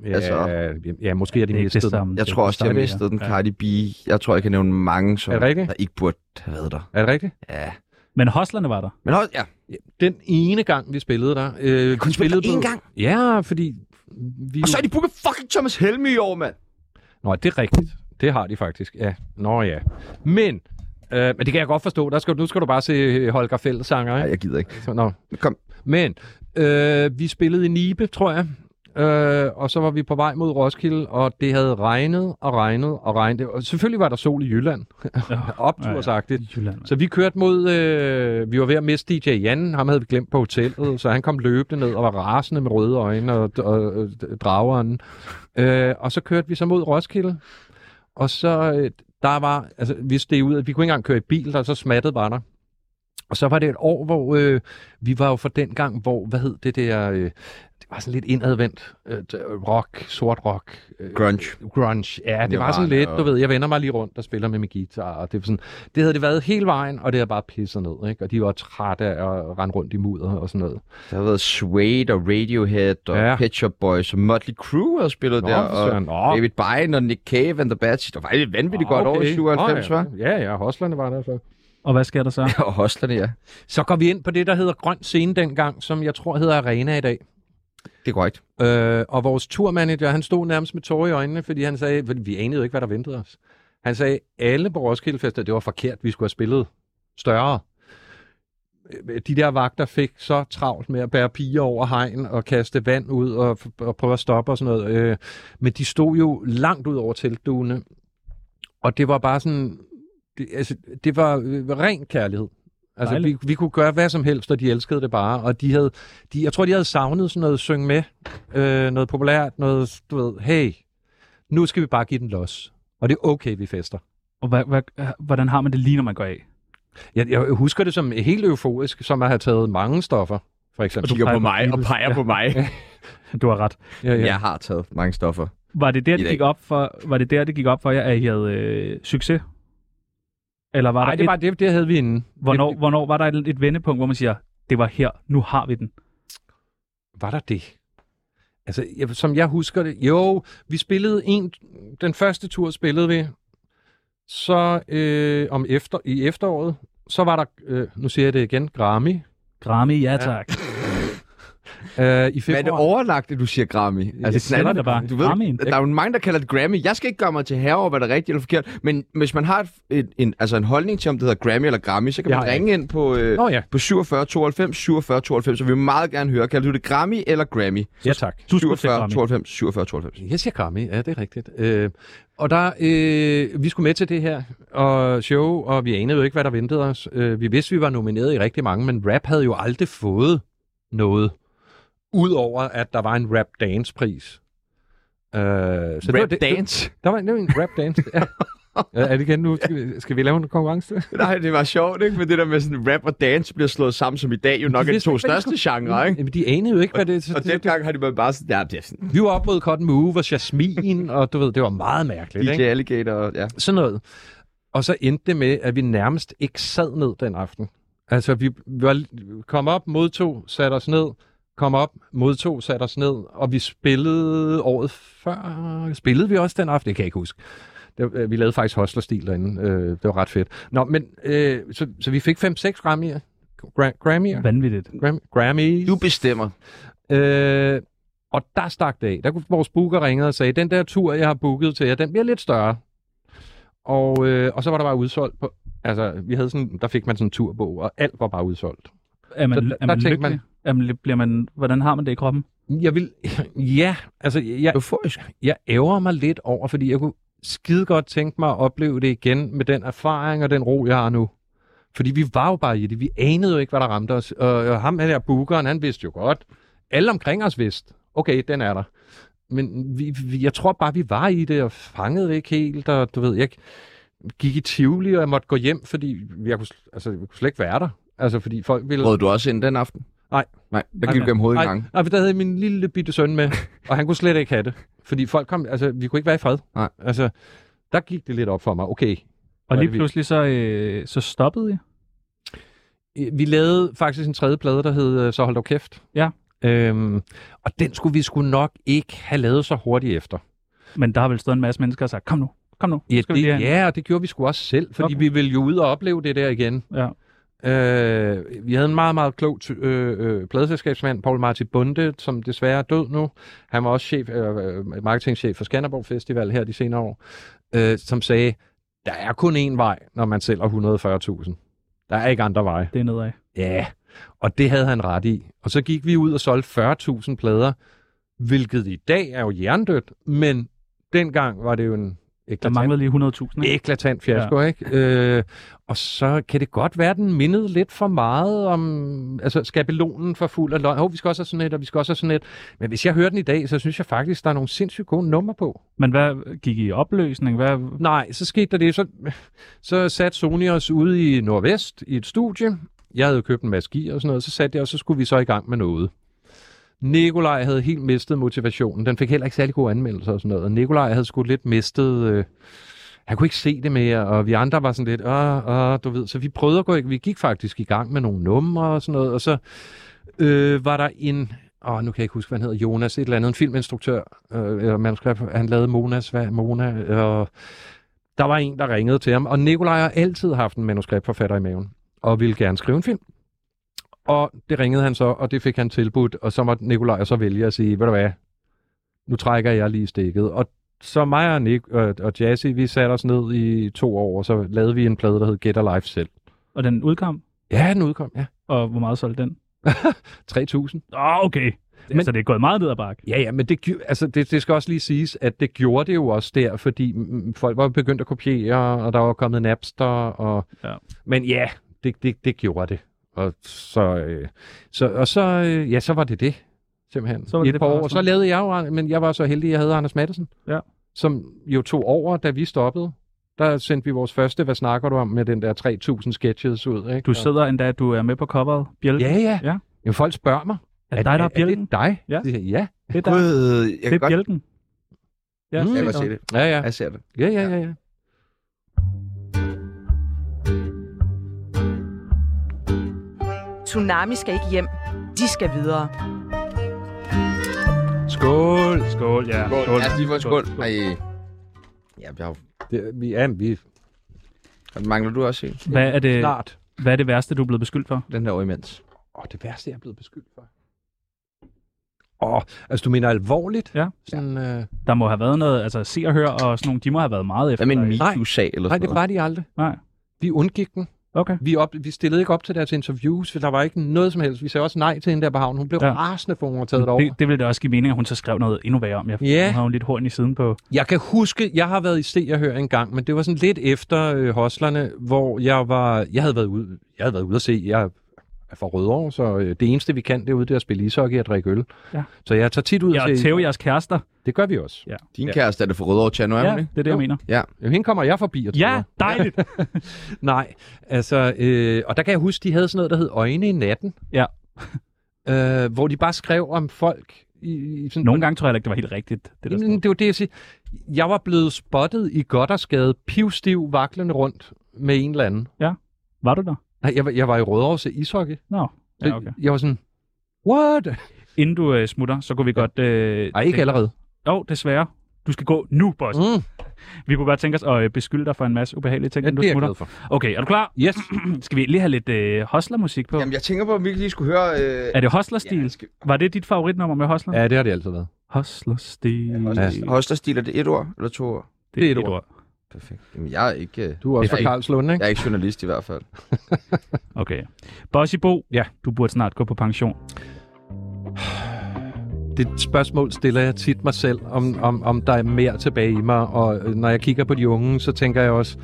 S3: Ja,
S1: Altså-
S3: ja måske er de
S4: Det er ikke det
S3: mistet. dem.
S4: samme.
S1: Jeg tror også, de har
S4: Samme, ja.
S1: mistet den.
S4: Ja.
S1: Cardi B. Jeg tror, jeg kan nævne mange, som
S3: Er det rigtigt?
S1: der ikke burde have været der.
S3: Er det rigtigt?
S1: Ja.
S4: Men hoslerne var der.
S1: Men hold, ja.
S3: Den ene gang, vi spillede der... Øh,
S1: Kun
S3: vi
S1: spillet
S3: på-
S1: én gang.
S3: Ja, fordi... Vi...
S1: Og så er de booket fucking Thomas Helme i år, mand.
S3: Nå, det er rigtigt. Det har de faktisk, ja. Nå ja. Men, øh, men det kan jeg godt forstå. Der skal, nu skal du bare se Holger Fældesanger,
S1: Nej,
S3: ikke?
S1: jeg gider ikke.
S3: Så, Nå.
S1: Kom.
S3: Men, øh, vi spillede i Nibe, tror jeg. øh, og så var vi på vej mod Roskilde, og det havde regnet og regnet og regnet. Og selvfølgelig var der sol i Jylland, optursagtigt.
S4: Jylland. mand.
S3: Så vi kørte mod, øh, vi var ved at miste DJ Jan, ham havde vi glemt på hotellet, så han kom løbende ned og var rasende med røde øjne og, og, og drageren. Øh, og så kørte vi så mod Roskilde, og så øh, der var, altså vi steg ud, at vi kunne ikke engang køre i bil, der så smattede bare der. Og så var det et år, hvor øh, vi var jo fra den gang, hvor, hvad hed det der, øh, det var sådan lidt indadvendt, øh, rock, sort rock. Øh,
S1: Grunge.
S3: grunge. Ja, det var
S1: Nirvana
S3: sådan lidt,
S1: og-
S3: du ved, jeg vender mig lige rundt og spiller med min guitar, og det var sådan, det havde det været hele vejen, og det havde bare pisset ned, ikke? Og de var trætte af at rende rundt i mudder og sådan noget.
S1: Der har været Suede og Radiohead og
S3: Ja.
S1: ja. Pet Shop Boys og Motley Crue har spillet
S3: Nå,
S1: der.
S3: for
S1: Og
S3: søren. Nå.
S1: David Byrne og Nick Cave and the Bad Seeds. Det var faktisk et vanvittigt godt år i 97,
S3: Nå, Ah, ja.
S1: var.
S3: Ja, ja, hoslerne var der så.
S4: Og hvad sker der så?
S1: Og Hostlerne, ja.
S3: Så går vi ind på det, der hedder Grøn Scene dengang, som jeg tror hedder Arena i dag.
S1: Det er korrekt.
S3: Øh, og vores turmanager, han stod nærmest med tårer i øjnene, fordi han sagde, fordi vi anede jo ikke, hvad der ventede os. Han sagde, alle på Roskilde Fester, det var forkert, vi skulle have spillet større. Øh, De der vagter fik så travlt med at bære piger over hegn og kaste vand ud og, og prøve at stoppe og sådan noget. Øh, men de stod jo langt ud over teltduene, og det var bare sådan, det, altså, det var øh, ren kærlighed. Altså, vi,
S4: Dejligt.
S3: vi kunne gøre hvad som helst, og de elskede det bare. Og de havde, de, jeg tror, de havde savnet sådan noget syng med, øh, noget populært, noget, du ved, hey, nu skal vi bare give den los. Og det er okay, vi fester.
S4: Og hvad, hvad, øh, hvordan har man det lige, når man går af?
S3: Jeg, jeg husker det som helt euforisk, som at have taget mange stoffer, for
S1: Og
S3: eksempel.
S1: kigger
S4: peger
S1: på
S4: på
S1: mig og
S4: Beatles.
S1: peger
S4: Ja.
S1: på mig.
S4: Du har ret.
S3: Ja, ja.
S1: Jeg har taget mange stoffer.
S4: Var det der,
S1: I
S4: det
S1: dag.
S4: gik op for, var det der, det gik op for jer, at I havde øh, succes? Eller var
S3: Nej,
S4: der
S3: det,
S4: et,
S3: var, det, det havde vi inden.
S4: hvornår,
S3: Det,
S4: hvornår var der et, et vendepunkt, hvor man siger, det var her, nu har vi den?
S3: var der det? Altså, jeg, som jeg husker det, jo, vi spillede en, den første tur spillede vi, så øh, om efter, i efteråret, så var der, øh, nu siger jeg det igen, Grammy
S4: Grammy, ja tak. Ja,
S3: øh, i februar.
S1: Hvad er det overlagt, at du siger Grammy? Altså,
S4: det
S1: sådan er
S4: sender der bare.
S1: Du ved,
S4: Grammy'en.
S1: der er jo mange, der kalder det Grammy. Jeg skal ikke gøre mig til herre over, hvad der er rigtigt eller forkert. Men hvis man har et, et, en, altså en holdning til, om det hedder Grammy eller Grammy, så kan
S3: Jeg
S1: man
S3: har
S1: ringe ind på, øh,
S3: Nå ja,
S1: på 47 92 47 92, så vi vil meget gerne høre, kalder du det Grammy eller Grammy?
S3: ja tak.
S4: Du skulle til
S1: 47
S4: Grammy.
S1: 92 47 92.
S3: Jeg siger Grammy, ja, det er rigtigt. Øh, og der, øh, vi skulle med til det her og show, og vi anede jo ikke, hvad der ventede os. Øh, vi vidste, vi var nomineret i rigtig mange, men rap havde jo aldrig fået noget, udover at der var en rap dance pris. Øh, så det var
S1: Rap
S3: det,
S1: dance?
S3: Det, der var en, det var en rap dance, ja. Ja, er det igen nu? Skal vi, skal vi lave en konkurrence?
S1: Nej, det var sjovt, ikke? Men det der med sådan rap og dance bliver slået sammen, som i dag jo nok er de
S3: vidste
S1: to
S3: ikke, hvad de
S1: største genrer, ikke?
S3: Jamen, de anede jo ikke, hvad det... Så,
S1: Og dengang har de været bare sådan, ja, det er sådan
S3: vi var op mod Cotton Move og Jasmin, og du ved, det var meget mærkeligt.
S1: DJ Alligator, og- ja.
S3: sådan noget. Og så endte det med, at vi nærmest ikke sad ned den aften. Altså, vi var, kom op, modtog, satte os ned, kom op, modtog, satte os ned, og vi spillede året før. Spillede vi også den aften? Det kan jeg ikke huske. Det, øh, vi lavede faktisk hostlerstil derinde. Øh, det var ret fedt. Nå, men øh, så, så vi fik 5-6 Grammy'er. Gra- Grammy'er?
S4: Vanvittigt.
S3: Gram- Grammys.
S1: Du bestemmer.
S3: Øh, og der stak det af. Der kunne vores booker ringe og sagde, den der tur, jeg har booket til jer, den bliver lidt større. Og, øh, og så var der bare udsolgt på... Altså, vi havde sådan, der fik man sådan en turbog, og alt var bare udsolgt.
S4: Er man,
S3: Så der-
S4: er
S3: der
S4: man
S3: tænkte
S4: lykkelig?
S3: man-
S4: Man... Er man, bliver man, hvordan har man det i kroppen?
S3: Jeg vil... Ja, altså, jeg,
S1: Euforisk.
S3: jeg ærger mig lidt over, fordi jeg kunne skide godt tænke mig at opleve det igen med den erfaring og den ro, jeg har nu. Fordi vi var jo bare i det. Vi anede jo ikke, hvad der ramte os. Og, og ham her der bookeren, han vidste jo godt. Alle omkring os vidste. Okay, den er der. Men vi, vi, jeg tror bare, vi var i det og fangede det ikke helt. Og du ved, jeg gik i Tivoli, og jeg måtte gå hjem, fordi jeg kunne, sl- altså, jeg kunne slet ikke være der. Altså, fordi folk ville...
S1: Brød du også ind den aften?
S3: Nej.
S1: Nej, der gik du
S4: Nej.
S1: gennem hovedet en
S3: Nej,
S1: gang.
S3: nej, for der havde jeg min lille bitte søn med, og han kunne slet ikke have det. Fordi folk kom, altså, vi kunne ikke være i fred.
S1: Nej.
S3: Altså, der gik det lidt op for mig. Okay,
S4: Og
S3: Hvad er
S4: lige
S3: det, vi-
S4: pludselig så, øh, så stoppede I.
S3: øh, vi lavede faktisk en tredje plade, der hed øh, Så hold dog kæft.
S4: Ja.
S3: Øhm, og den skulle vi skulle nok ikke have lavet så hurtigt efter.
S4: Men der har vel stået en masse mennesker og sagt, kom nu, kom nu.
S3: Ja,
S4: vi
S3: det,
S4: lige have en-
S3: ja, og det gjorde vi sgu også selv, fordi okay.
S4: Okay.
S3: vi ville jo ud og opleve det der igen.
S4: Ja.
S3: Øh, vi havde en meget, meget klog ty- øh, øh, pladeselskabsmand, Paul Martin Bunde, som desværre er død nu. Han var også chef, øh, øh, marketingchef for Skanderborg Festival her de senere år, øh, som sagde, der er kun én vej, når man sælger 140.000. Der er ikke andre veje.
S4: Det er nedad.
S3: Ja, og det havde han ret i. Og så gik vi ud og solgte 40.000 plader hvilket i dag er jo jerndødt, men dengang var det jo en
S4: Der
S3: eklatant,
S4: manglede lige 100.000. ikke?
S3: eklatant fiasko, ja. ikke? Øh, og så kan det godt være, den mindede lidt for meget om altså, skabelonen for fuld af løgn. Hov, vi skal også have sådan et, og vi skal også have sådan et. Men hvis jeg hører den i dag, så synes jeg faktisk, der er nogle sindssygt gode numre på.
S4: Men hvad gik I i opløsning? Hvad,
S3: Nej, så skete der det. Så, så satte Sony os ude i Nordvest i et studie. Jeg havde jo købt en masse gear og sådan noget. Så satte jeg, og så skulle vi så i gang med noget. Nikolaj havde helt mistet motivationen. Den fik heller ikke særlig gode anmeldelser og sådan noget. Og Nikolaj havde sgu lidt mistet... Øh, han kunne ikke se det mere, og vi andre var sådan lidt, åh, åh, du ved. Så vi prøvede at gå i, vi gik faktisk i gang med nogle numre og sådan noget, og så øh, var der en, åh, nu kan jeg ikke huske, hvad han hedder, Jonas, et eller andet, en filminstruktør, øh, eller manuskript, han lavede Monas, hvad, Mona, og der var en, der ringede til ham, og Nikolaj har altid haft en manuskriptforfatter i maven, og ville gerne skrive en film. Og det ringede han så, og det fik han tilbudt, og så måtte Nikolaj så vælge at sige, ved du hvad, nu trækker jeg lige stikket. Og så mig og, Nick, øh, og Jazzy, vi satte os ned i to år, og så lavede vi en plade, der hed Get Alive selv.
S4: og den udkom?
S3: Ja, den udkom, ja.
S4: Og hvor meget solgte den?
S3: 3.000.
S4: Åh, oh, okay. Men, altså, det er gået meget ned ad bakke.
S3: Ja, ja, men det, gjo- altså, det, det skal også lige siges, at det gjorde det jo også der, fordi mm, folk var begyndt at kopiere, og der var kommet Napster, og...
S4: Ja.
S3: Men ja, det, det, det gjorde det. Og så, øh, så, og så, øh, ja, så var det det, simpelthen.
S4: Så var
S3: I
S4: det
S3: et
S4: det
S3: par
S4: for
S3: år.
S4: resten.
S3: Så lavede jeg jo, men jeg var så heldig, at jeg havde Anders Madsen,
S4: Ja.
S3: som jo tog over, da vi stoppede. Der sendte vi vores første, hvad snakker du om, med den der 3.000 sketches ud, ikke?
S4: Du sidder endda, du er med på coveret. Bjælken.
S3: Ja, ja.
S4: Ja.
S3: Jamen, folk spørger mig.
S4: Er det dig, der er
S3: er
S4: bjælken?
S3: det dig?
S4: Ja.
S3: De siger, ja.
S4: Det er dig.
S1: Gud, jeg
S4: Det
S1: kan
S4: er
S1: godt,
S4: bjælken. Ja,
S3: Mm.
S4: se
S1: jeg kan godt
S4: der.
S1: se det.
S3: Ja, ja.
S1: Jeg ser det.
S3: Ja, ja, ja, ja.
S5: Tsunami skal ikke hjem. De skal videre.
S3: Skål!
S4: Skål, ja.
S1: Skål. Lad os lige få en skål. Ej. Ja, jeg har...
S3: Det, vi er, vi
S1: Mangler du også en?
S4: Hvad er, det,
S3: snart.
S4: hvad er det værste, du er blevet beskyldt for?
S1: Den der over imens.
S3: Åh, det værste, jeg er blevet beskyldt for. Åh, altså du mener alvorligt?
S4: Ja.
S3: Sådan, øh...
S4: Der må have været noget, altså se og høre og sådan nogle, de må have været meget efter
S1: Hvad med en
S4: dig.
S1: MeToo-sag eller
S3: Nej,
S1: sådan
S3: det var de aldrig.
S4: Nej,
S3: Vi undgik den.
S4: okay.
S3: Vi, op, vi stillede ikke op til deres interviews, for der var ikke noget som helst. Vi sagde også nej til hende der på havnen. Hun blev
S4: Ja.
S3: ja. rasende for, hun var taget derover.
S4: Det, det ville da også give mening, at hun så skrev noget endnu værre om jer.
S3: Ja.
S4: Nu har hun lidt horn i siden på...
S3: Jeg kan huske, jeg har været i Se og Hør en gang, men det var sådan lidt efter øh, Hoslerne, hvor jeg var, jeg havde været ude, jeg havde været ude at se, jeg er fra Rødovre, så øh, det eneste vi kan, det er ude der at spille ishockey og drikke øl.
S4: Ja.
S3: Så jeg tager tit ud
S4: Ja,
S3: og
S4: og
S3: se,
S4: tæve jeres kærester.
S3: det gør vi også.
S1: Din
S3: Ja.
S1: kæreste er det for Rødovre Tjerno, er
S4: Ja,
S1: hun
S4: det
S1: ikke?
S4: er det, jeg
S3: Jo.
S4: mener.
S3: Jamen, hende kommer jeg forbi og
S4: Ja,
S3: tror.
S4: dejligt.
S3: Nej, altså, øh, og der kan jeg huske, de havde sådan noget, der hed Øjne i natten.
S4: Ja.
S3: øh, hvor de bare skrev om folk. I, i sådan
S4: Nogle gange tror jeg heller ikke, det var helt rigtigt, det der
S3: Jamen,
S4: stod.
S3: det var det, jeg siger. Jeg var blevet spottet i Goddersgade, pivstiv, vaklende rundt med en eller anden.
S4: Var du der?
S3: Nej, jeg, var- jeg var i Rødovre til ishockey.
S4: Nå, ja, okay.
S3: Jeg var sådan, what?
S4: Inden du øh, smutter, så kunne vi godt... Øh,
S3: Nej, ikke
S4: tænke-
S3: allerede.
S4: Jo, desværre. Du skal gå nu, boss. Mm.
S3: Mm,
S4: Vi kunne godt tænke os at øh, beskylde dig for en masse ubehagelige ting,
S3: ja,
S4: inden
S3: det er
S4: du
S3: jeg
S4: smutter.
S3: glad for.
S4: Okay, er du klar?
S3: Yes.
S4: Skal vi lige have lidt øh, hostlermusik på?
S1: Jamen, jeg tænker på, om vi ikke lige skulle høre... Øh...
S4: er det hostlerstil?
S1: ja,
S4: Ja,
S1: skal...
S4: Var det dit favoritnummer med hostler?
S3: Ja, det har det altid været.
S4: Hostlerstil.
S1: Hostlerstil. Hostlerstil, er det et ord eller to ord?
S4: Det er et ord.
S1: Perfekt. Jamen, jeg er ikke... øh,
S3: Du er også
S1: jeg
S3: fra Karlslunde,
S1: Jeg
S3: ikke?
S1: er ikke journalist i hvert fald.
S4: Okay. Bossy Bo,
S3: Ja.
S4: du burde snart gå på pension.
S3: Det spørgsmål stiller jeg tit mig selv, om, om, om der er mere tilbage i mig. Og øh, når jeg kigger på de unge, så tænker jeg også,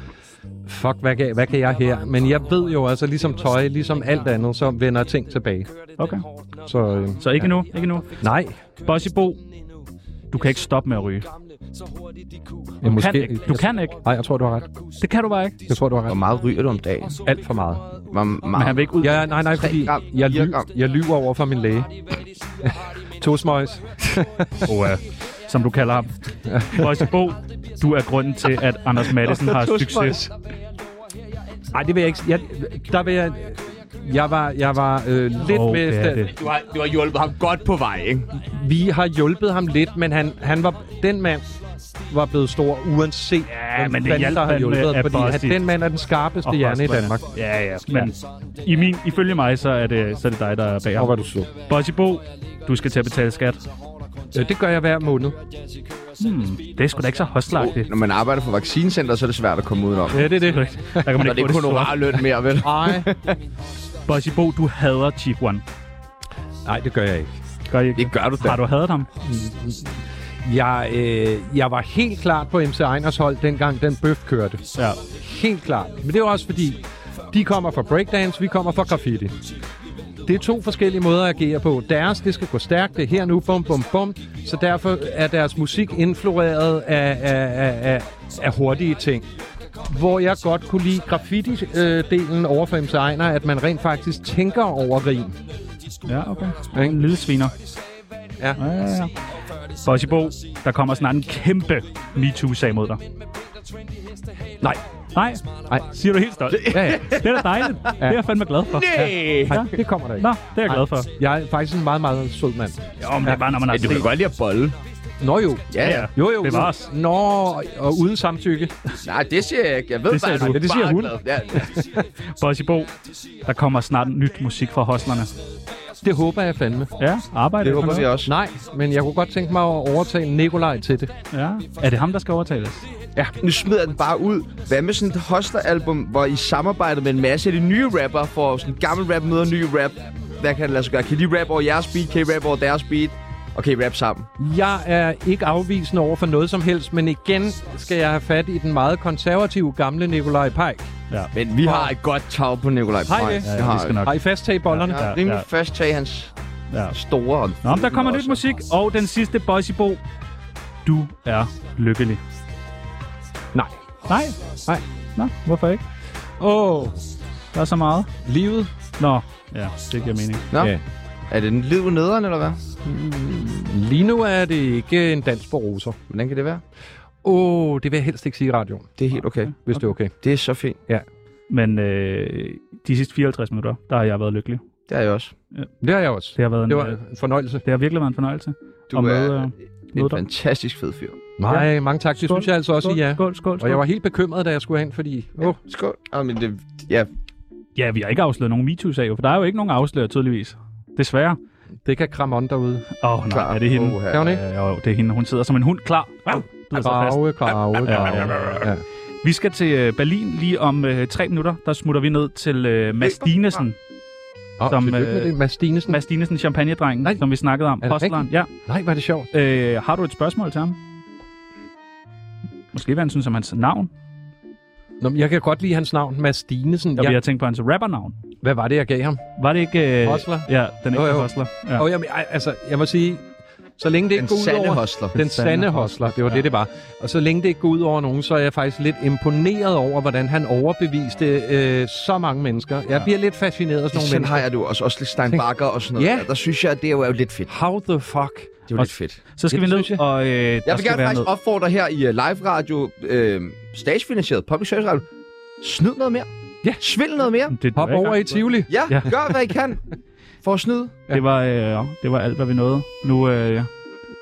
S3: fuck, hvad kan, hvad kan jeg her? Men jeg ved jo altså, ligesom tøj, ligesom alt andet, så vender ting tilbage.
S4: Okay.
S3: Så, øh,
S4: Så ikke ja. nu, ikke nu.
S3: nej,
S4: Bossy Bo, du kan ikke stoppe med at ryge.
S3: jeg
S4: Du
S3: måske...
S4: kan ikke. Du kan ikke.
S3: Nej, jeg tror, du har ret.
S4: Det kan du bare ikke.
S3: Jeg tror, du har
S1: Hvor
S3: ret.
S1: meget ryger du om dagen?
S3: Alt for meget.
S1: Hvor
S4: Men
S1: meget?
S4: han vil ikke ud.
S3: Ja, nej, nej, fordi
S1: gram,
S3: jeg,
S1: fire
S3: ly,
S1: gram.
S3: jeg lyver over for min læge. to smøjs.
S4: Oh, ja. Som du kalder ham. Bossy Bo, du er grunden til, at Anders Madsen har succes.
S3: Nej, det vil jeg ikke. Jeg, der vil jeg... Jeg var, jeg var øh, lidt
S4: Åh,
S3: oh, med...
S4: det er det.
S6: Du har, du har hjulpet ham godt på vej, ikke?
S3: Vi har hjulpet ham lidt, men han, han var, den mand var blevet stor, uanset hvem
S4: men det
S3: fanden,
S4: hjalp
S3: der har
S4: han med
S3: hjulpet ham,
S4: at
S3: fordi
S4: bosse
S3: han, den mand er den
S4: Og
S3: skarpeste hjerne i
S4: hostler.
S3: Danmark.
S4: Ja, ja. Men i min, ifølge mig, så er det, så er det dig, der er bag
S3: Hvor var
S4: ham.
S3: du så?
S4: Bossy Bo, du skal til at betale skat.
S3: Ja, Øh, det gør jeg hver måned.
S4: Hmm, det er sgu da ikke så hostlagtigt.
S1: Når man arbejder for vaccinecenter, så er det svært at komme udenom.
S4: Ja, det er det. Der kan man
S1: Når det
S4: ikke
S1: er
S4: få
S1: kun
S4: det sort.
S1: honorarløn mere, vel?
S3: Nej,
S4: Bossy Bo, du hader Cheap One.
S3: nej, det gør jeg ikke.
S4: Gør I ikke
S1: Det gør du da.
S4: Har du hadet ham?
S3: Jeg, øh, jeg var helt klart på MC Einers hold, dengang den bøf kørte.
S4: Ja.
S3: Helt klart. Men det er også fordi, de kommer fra breakdance, vi kommer fra graffiti. Det er to forskellige måder at agere på. Deres, det skal gå stærkt, det er her nu, bum, bum, bum. Så derfor er deres musik influeret af, af, af, af, af hurtige ting. Hvor jeg godt kunne lide graffiti-delen over for MC Ejner, at man rent faktisk tænker over rim.
S4: Ja, okay.
S3: Ikke?
S4: En lille sviner.
S3: Ja.
S4: ja, ja, ja. Bossy Bo, der kommer snart en kæmpe MeToo-sag mod dig. Nej. Nej?
S3: Nej.
S4: Siger du helt stolt?
S3: Ja, ja.
S4: Det er da dejligt. Det er jeg fandme glad for.
S3: Nej, det kommer der ikke.
S4: Nå, det er jeg glad for.
S3: Jeg er faktisk en meget, meget sød mand.
S4: Jo, men det er bare, når man har
S6: Ja, du kan godt lide at bolle.
S3: Nå jo.
S4: Ja, ja.
S3: Jo, jo.
S4: Det var os.
S3: Nå, og uden samtykke.
S1: Nej, det siger jeg ikke. Jeg ved
S4: Det sagde
S1: bare,
S4: du.
S1: at
S3: Ja, det siger
S1: bare
S3: hun.
S1: glad. Ja,
S4: Bossy Bo, der kommer snart nyt musik fra hoslerne.
S3: Det håber jeg fandme.
S4: Ja, arbejde.
S1: det
S4: for
S1: håber vi
S4: noget.
S1: også.
S3: Nej, men jeg kunne godt tænke mig at overtale Nikolaj til det.
S4: Ja. Er det ham, der skal overtales?
S1: Ja, nu smider jeg den bare ud. Hvad med sådan et Hoster-album, hvor I samarbejder med en masse af de nye rapper, for sådan gammel rap møder ny rap? Hvad kan det lade sig gøre? Kan de rap over jeres beat? Kan I rap over deres beat? Og kan I rap sammen?
S3: Jeg er ikke afvisende over for noget som helst, men igen skal jeg have fat i den meget konservative gamle Nikolaj Pajk.
S1: Men vi har et godt tag på Nikolaj
S3: Hej,
S1: Pajk.
S3: det.
S1: Vi
S3: Ja,
S1: har
S4: vi skal nok.
S3: Har I fast tag i bollerne?
S1: Jeg
S3: Ja,
S1: har
S4: Ja,
S1: rimelig
S4: ja.
S1: fast tag i hans
S4: Ja.
S1: store og
S4: Nå, men der kommer nyt
S1: også.
S4: musik, og den sidste Bossy Bo. Du er lykkelig.
S3: Nej.
S4: Nej?
S3: Nej.
S4: Nå, hvorfor ikke?
S3: Åh, oh,
S4: Der er så meget.
S3: livet.
S4: Nå, ja, det giver mening.
S1: Nå,
S3: Ja.
S1: er det en liv nederen, eller hvad?
S3: Lige nu er det ikke en dans for roser.
S1: Hvordan kan det være?
S3: Åh, oh, det vil jeg helst ikke sige i radioen,
S1: Det er helt okay.
S3: hvis okay. det er okay.
S1: Det er så fint.
S4: Men øh, de sidste 54 minutter, der har jeg været lykkelig.
S1: Det er jeg også.
S3: Det har jeg også.
S4: Det har, været en,
S3: Det var
S4: øh,
S3: en fornøjelse.
S4: det har virkelig været en fornøjelse.
S1: Du
S4: Og
S1: er
S4: møde, øh, møde
S1: en
S4: dig.
S1: fantastisk fed fyr.
S3: Nej, mange tak. Det
S4: Skål.
S3: synes jeg altså også, I er.
S4: Skål, skål,
S3: Og jeg
S4: skål.
S3: var helt bekymret, da jeg skulle herind, fordi... Åh, oh,
S1: Skål. Ah, men det, ja,
S4: Ja, vi har ikke afsløret nogen MeToo-sag, jo, for der er jo ikke nogen afsløret, tydeligvis. Desværre.
S3: det kan kramme on derude.
S4: Åh, oh, nej,
S1: klar.
S4: er det hende?
S1: Åh,
S3: Kan hun ikke?
S4: Ja, jo, det er hende. Hun sidder som en hund klar. Wow, bider sig fast.
S3: Grave, grave, grave. Ja.
S4: Vi skal til øh, Berlin lige om øh, tre minutter. Der smutter vi ned til øh, Mads Dinesen.
S3: Og
S4: Som,
S3: som, tillykke med
S4: øh,
S3: det. Mads Stinesen.
S4: Mads Dinesen, champagnedrengen,
S3: Nej.
S4: som vi snakkede om.
S3: Er det
S4: Postleren. Ja.
S3: Nej, var det sjovt.
S4: Øh, har du et spørgsmål til ham? Måske hvad han synes om hans navn.
S3: Nå, men jeg kan godt lide hans navn, Mads Stinesen.
S4: Og ja. vi
S3: Jeg,
S4: har tænkt på hans rappernavn.
S3: hvad var det, jeg gav ham?
S4: Var det ikke... Øh,
S3: Hustler?
S4: Ja, den
S3: Jo,
S4: ægte
S3: jo.
S4: hostler.
S3: Ja.
S4: Ja.
S3: Og jamen, ej, altså, jeg må sige, så længe det ikke
S1: den
S3: går ud
S1: sande
S3: over...
S1: hostler.
S3: Den sande hostler, det var det, det var. Og så længe det ikke går ud over nogen, så er jeg faktisk lidt imponeret over, hvordan han overbeviste øh, så mange mennesker. Jeg bliver lidt fascineret af sådan nogle
S1: Sådan
S3: mennesker.
S1: har jeg det jo også, også lidt Stein Bakker og sådan noget.
S3: Ja.
S1: Ja. Der synes jeg, at det er jo er jo lidt fedt.
S3: How the fuck?
S1: Det er jo
S4: Og-
S1: lidt fedt.
S4: Så skal
S3: det
S4: vi
S3: synes jeg.
S4: ned, og øh, jeg
S1: Jeg
S4: der
S1: vil
S4: skal
S1: gerne
S4: være
S1: faktisk
S4: noget.
S1: opfordre her i øh, live radio, øh, statsfinansieret public service radio, snyd noget mere.
S3: Ja.
S1: Svindel noget mere.
S4: Det,
S3: Hop over i Tivoli.
S1: Ja,
S4: Ja.
S1: ja. gør hvad I kan for at snyde.
S4: Det var, øh, ja, det var alt, hvad vi nåede. Nu øh,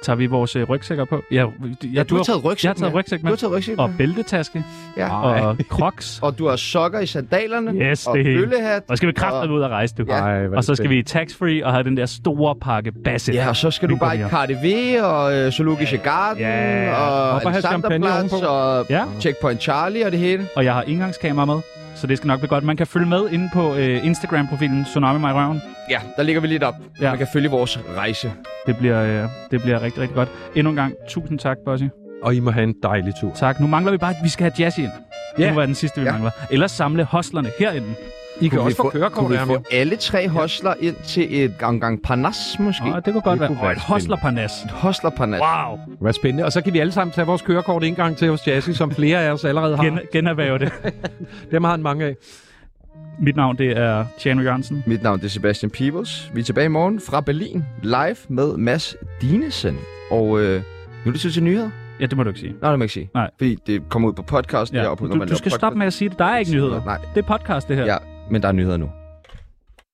S4: tager vi vores øh, rygsækker på. Ja, ja,
S1: Ja, du har taget rygsæk
S4: Jeg har taget
S1: med.
S4: rygsæk
S1: Du
S4: med.
S1: har taget rygsæk
S4: Og
S1: med.
S4: bæltetaske.
S1: Ja.
S4: Og crocs.
S1: Og du har sokker i sandalerne.
S4: Yes,
S1: og
S4: det hele.
S1: bøllehat.
S4: Og så skal vi kræfte ud og rejse, du.
S1: Ja.
S3: Ej, hvad er
S4: og så
S3: det
S4: skal vi i tax-free og have den der store pakke basset.
S1: Ja, og så skal du bare i
S4: Vingumier.
S1: Cardiff og øh, Zoologiske Garden
S4: Ja.
S1: og
S3: Op og have champagne
S1: Alexanderplatz
S3: ovenpå.
S1: og
S4: Ja.
S1: Checkpoint Charlie og det hele.
S4: Og jeg har indgangskamera med, så det skal nok blive godt. Man kan følge med inde på øh, Instagram-profilen Tsunami Mig i Røven.
S1: Ja, der ligger vi lidt op.
S4: Ja.
S1: Ja. Man kan følge vores rejse.
S4: Det bliver, øh, det bliver rigtig, rigtig godt. Endnu en gang, tusind tak, Bossy.
S3: Og I må have en dejlig tur.
S4: Tak. Nu mangler vi bare, at vi skal have jazz ind. Det
S3: Ja.
S4: må være den sidste, vi
S1: Ja.
S4: mangler. Ellers samle hostlerne herinde.
S3: I kan
S1: Kunne vi
S3: også få
S1: få-
S3: kørekort
S1: Kunne vi
S3: af ham.
S1: få
S3: jo.
S1: alle tre hostler ind til et gang parnas måske?
S4: Åh, det kunne godt
S3: Det
S4: være.
S3: kunne
S4: Og
S3: være
S4: et
S3: spændende.
S4: hostlerparnas.
S1: Hostler parnas.
S4: Wow.
S3: Hvad spændende. Og så kan vi alle sammen tage vores kørekort en gang til hos Jazzy, som flere af os allerede har.
S4: Gen, generhverve det.
S3: Dem har han mange af.
S4: Mit navn, det er Tjano Jørgensen.
S1: Mit navn det er Sebastian Peebles. Vi er tilbage i morgen fra Berlin, live med Mads Dinesen. Og øh, nu er det tid til nyheder.
S4: Ja, det må du ikke sige.
S1: Nej, det må jeg ikke sige.
S4: Nej.
S1: Fordi det kommer ud på podcast.
S4: Ja.
S1: Deroppe, når
S4: Du,
S1: man
S4: du
S1: laver
S4: skal
S1: podcast.
S4: stoppe med at sige det. Der er ikke nyheder.
S1: Nej,
S4: Det er podcast, det her.
S1: ja, men der er nyheder nu.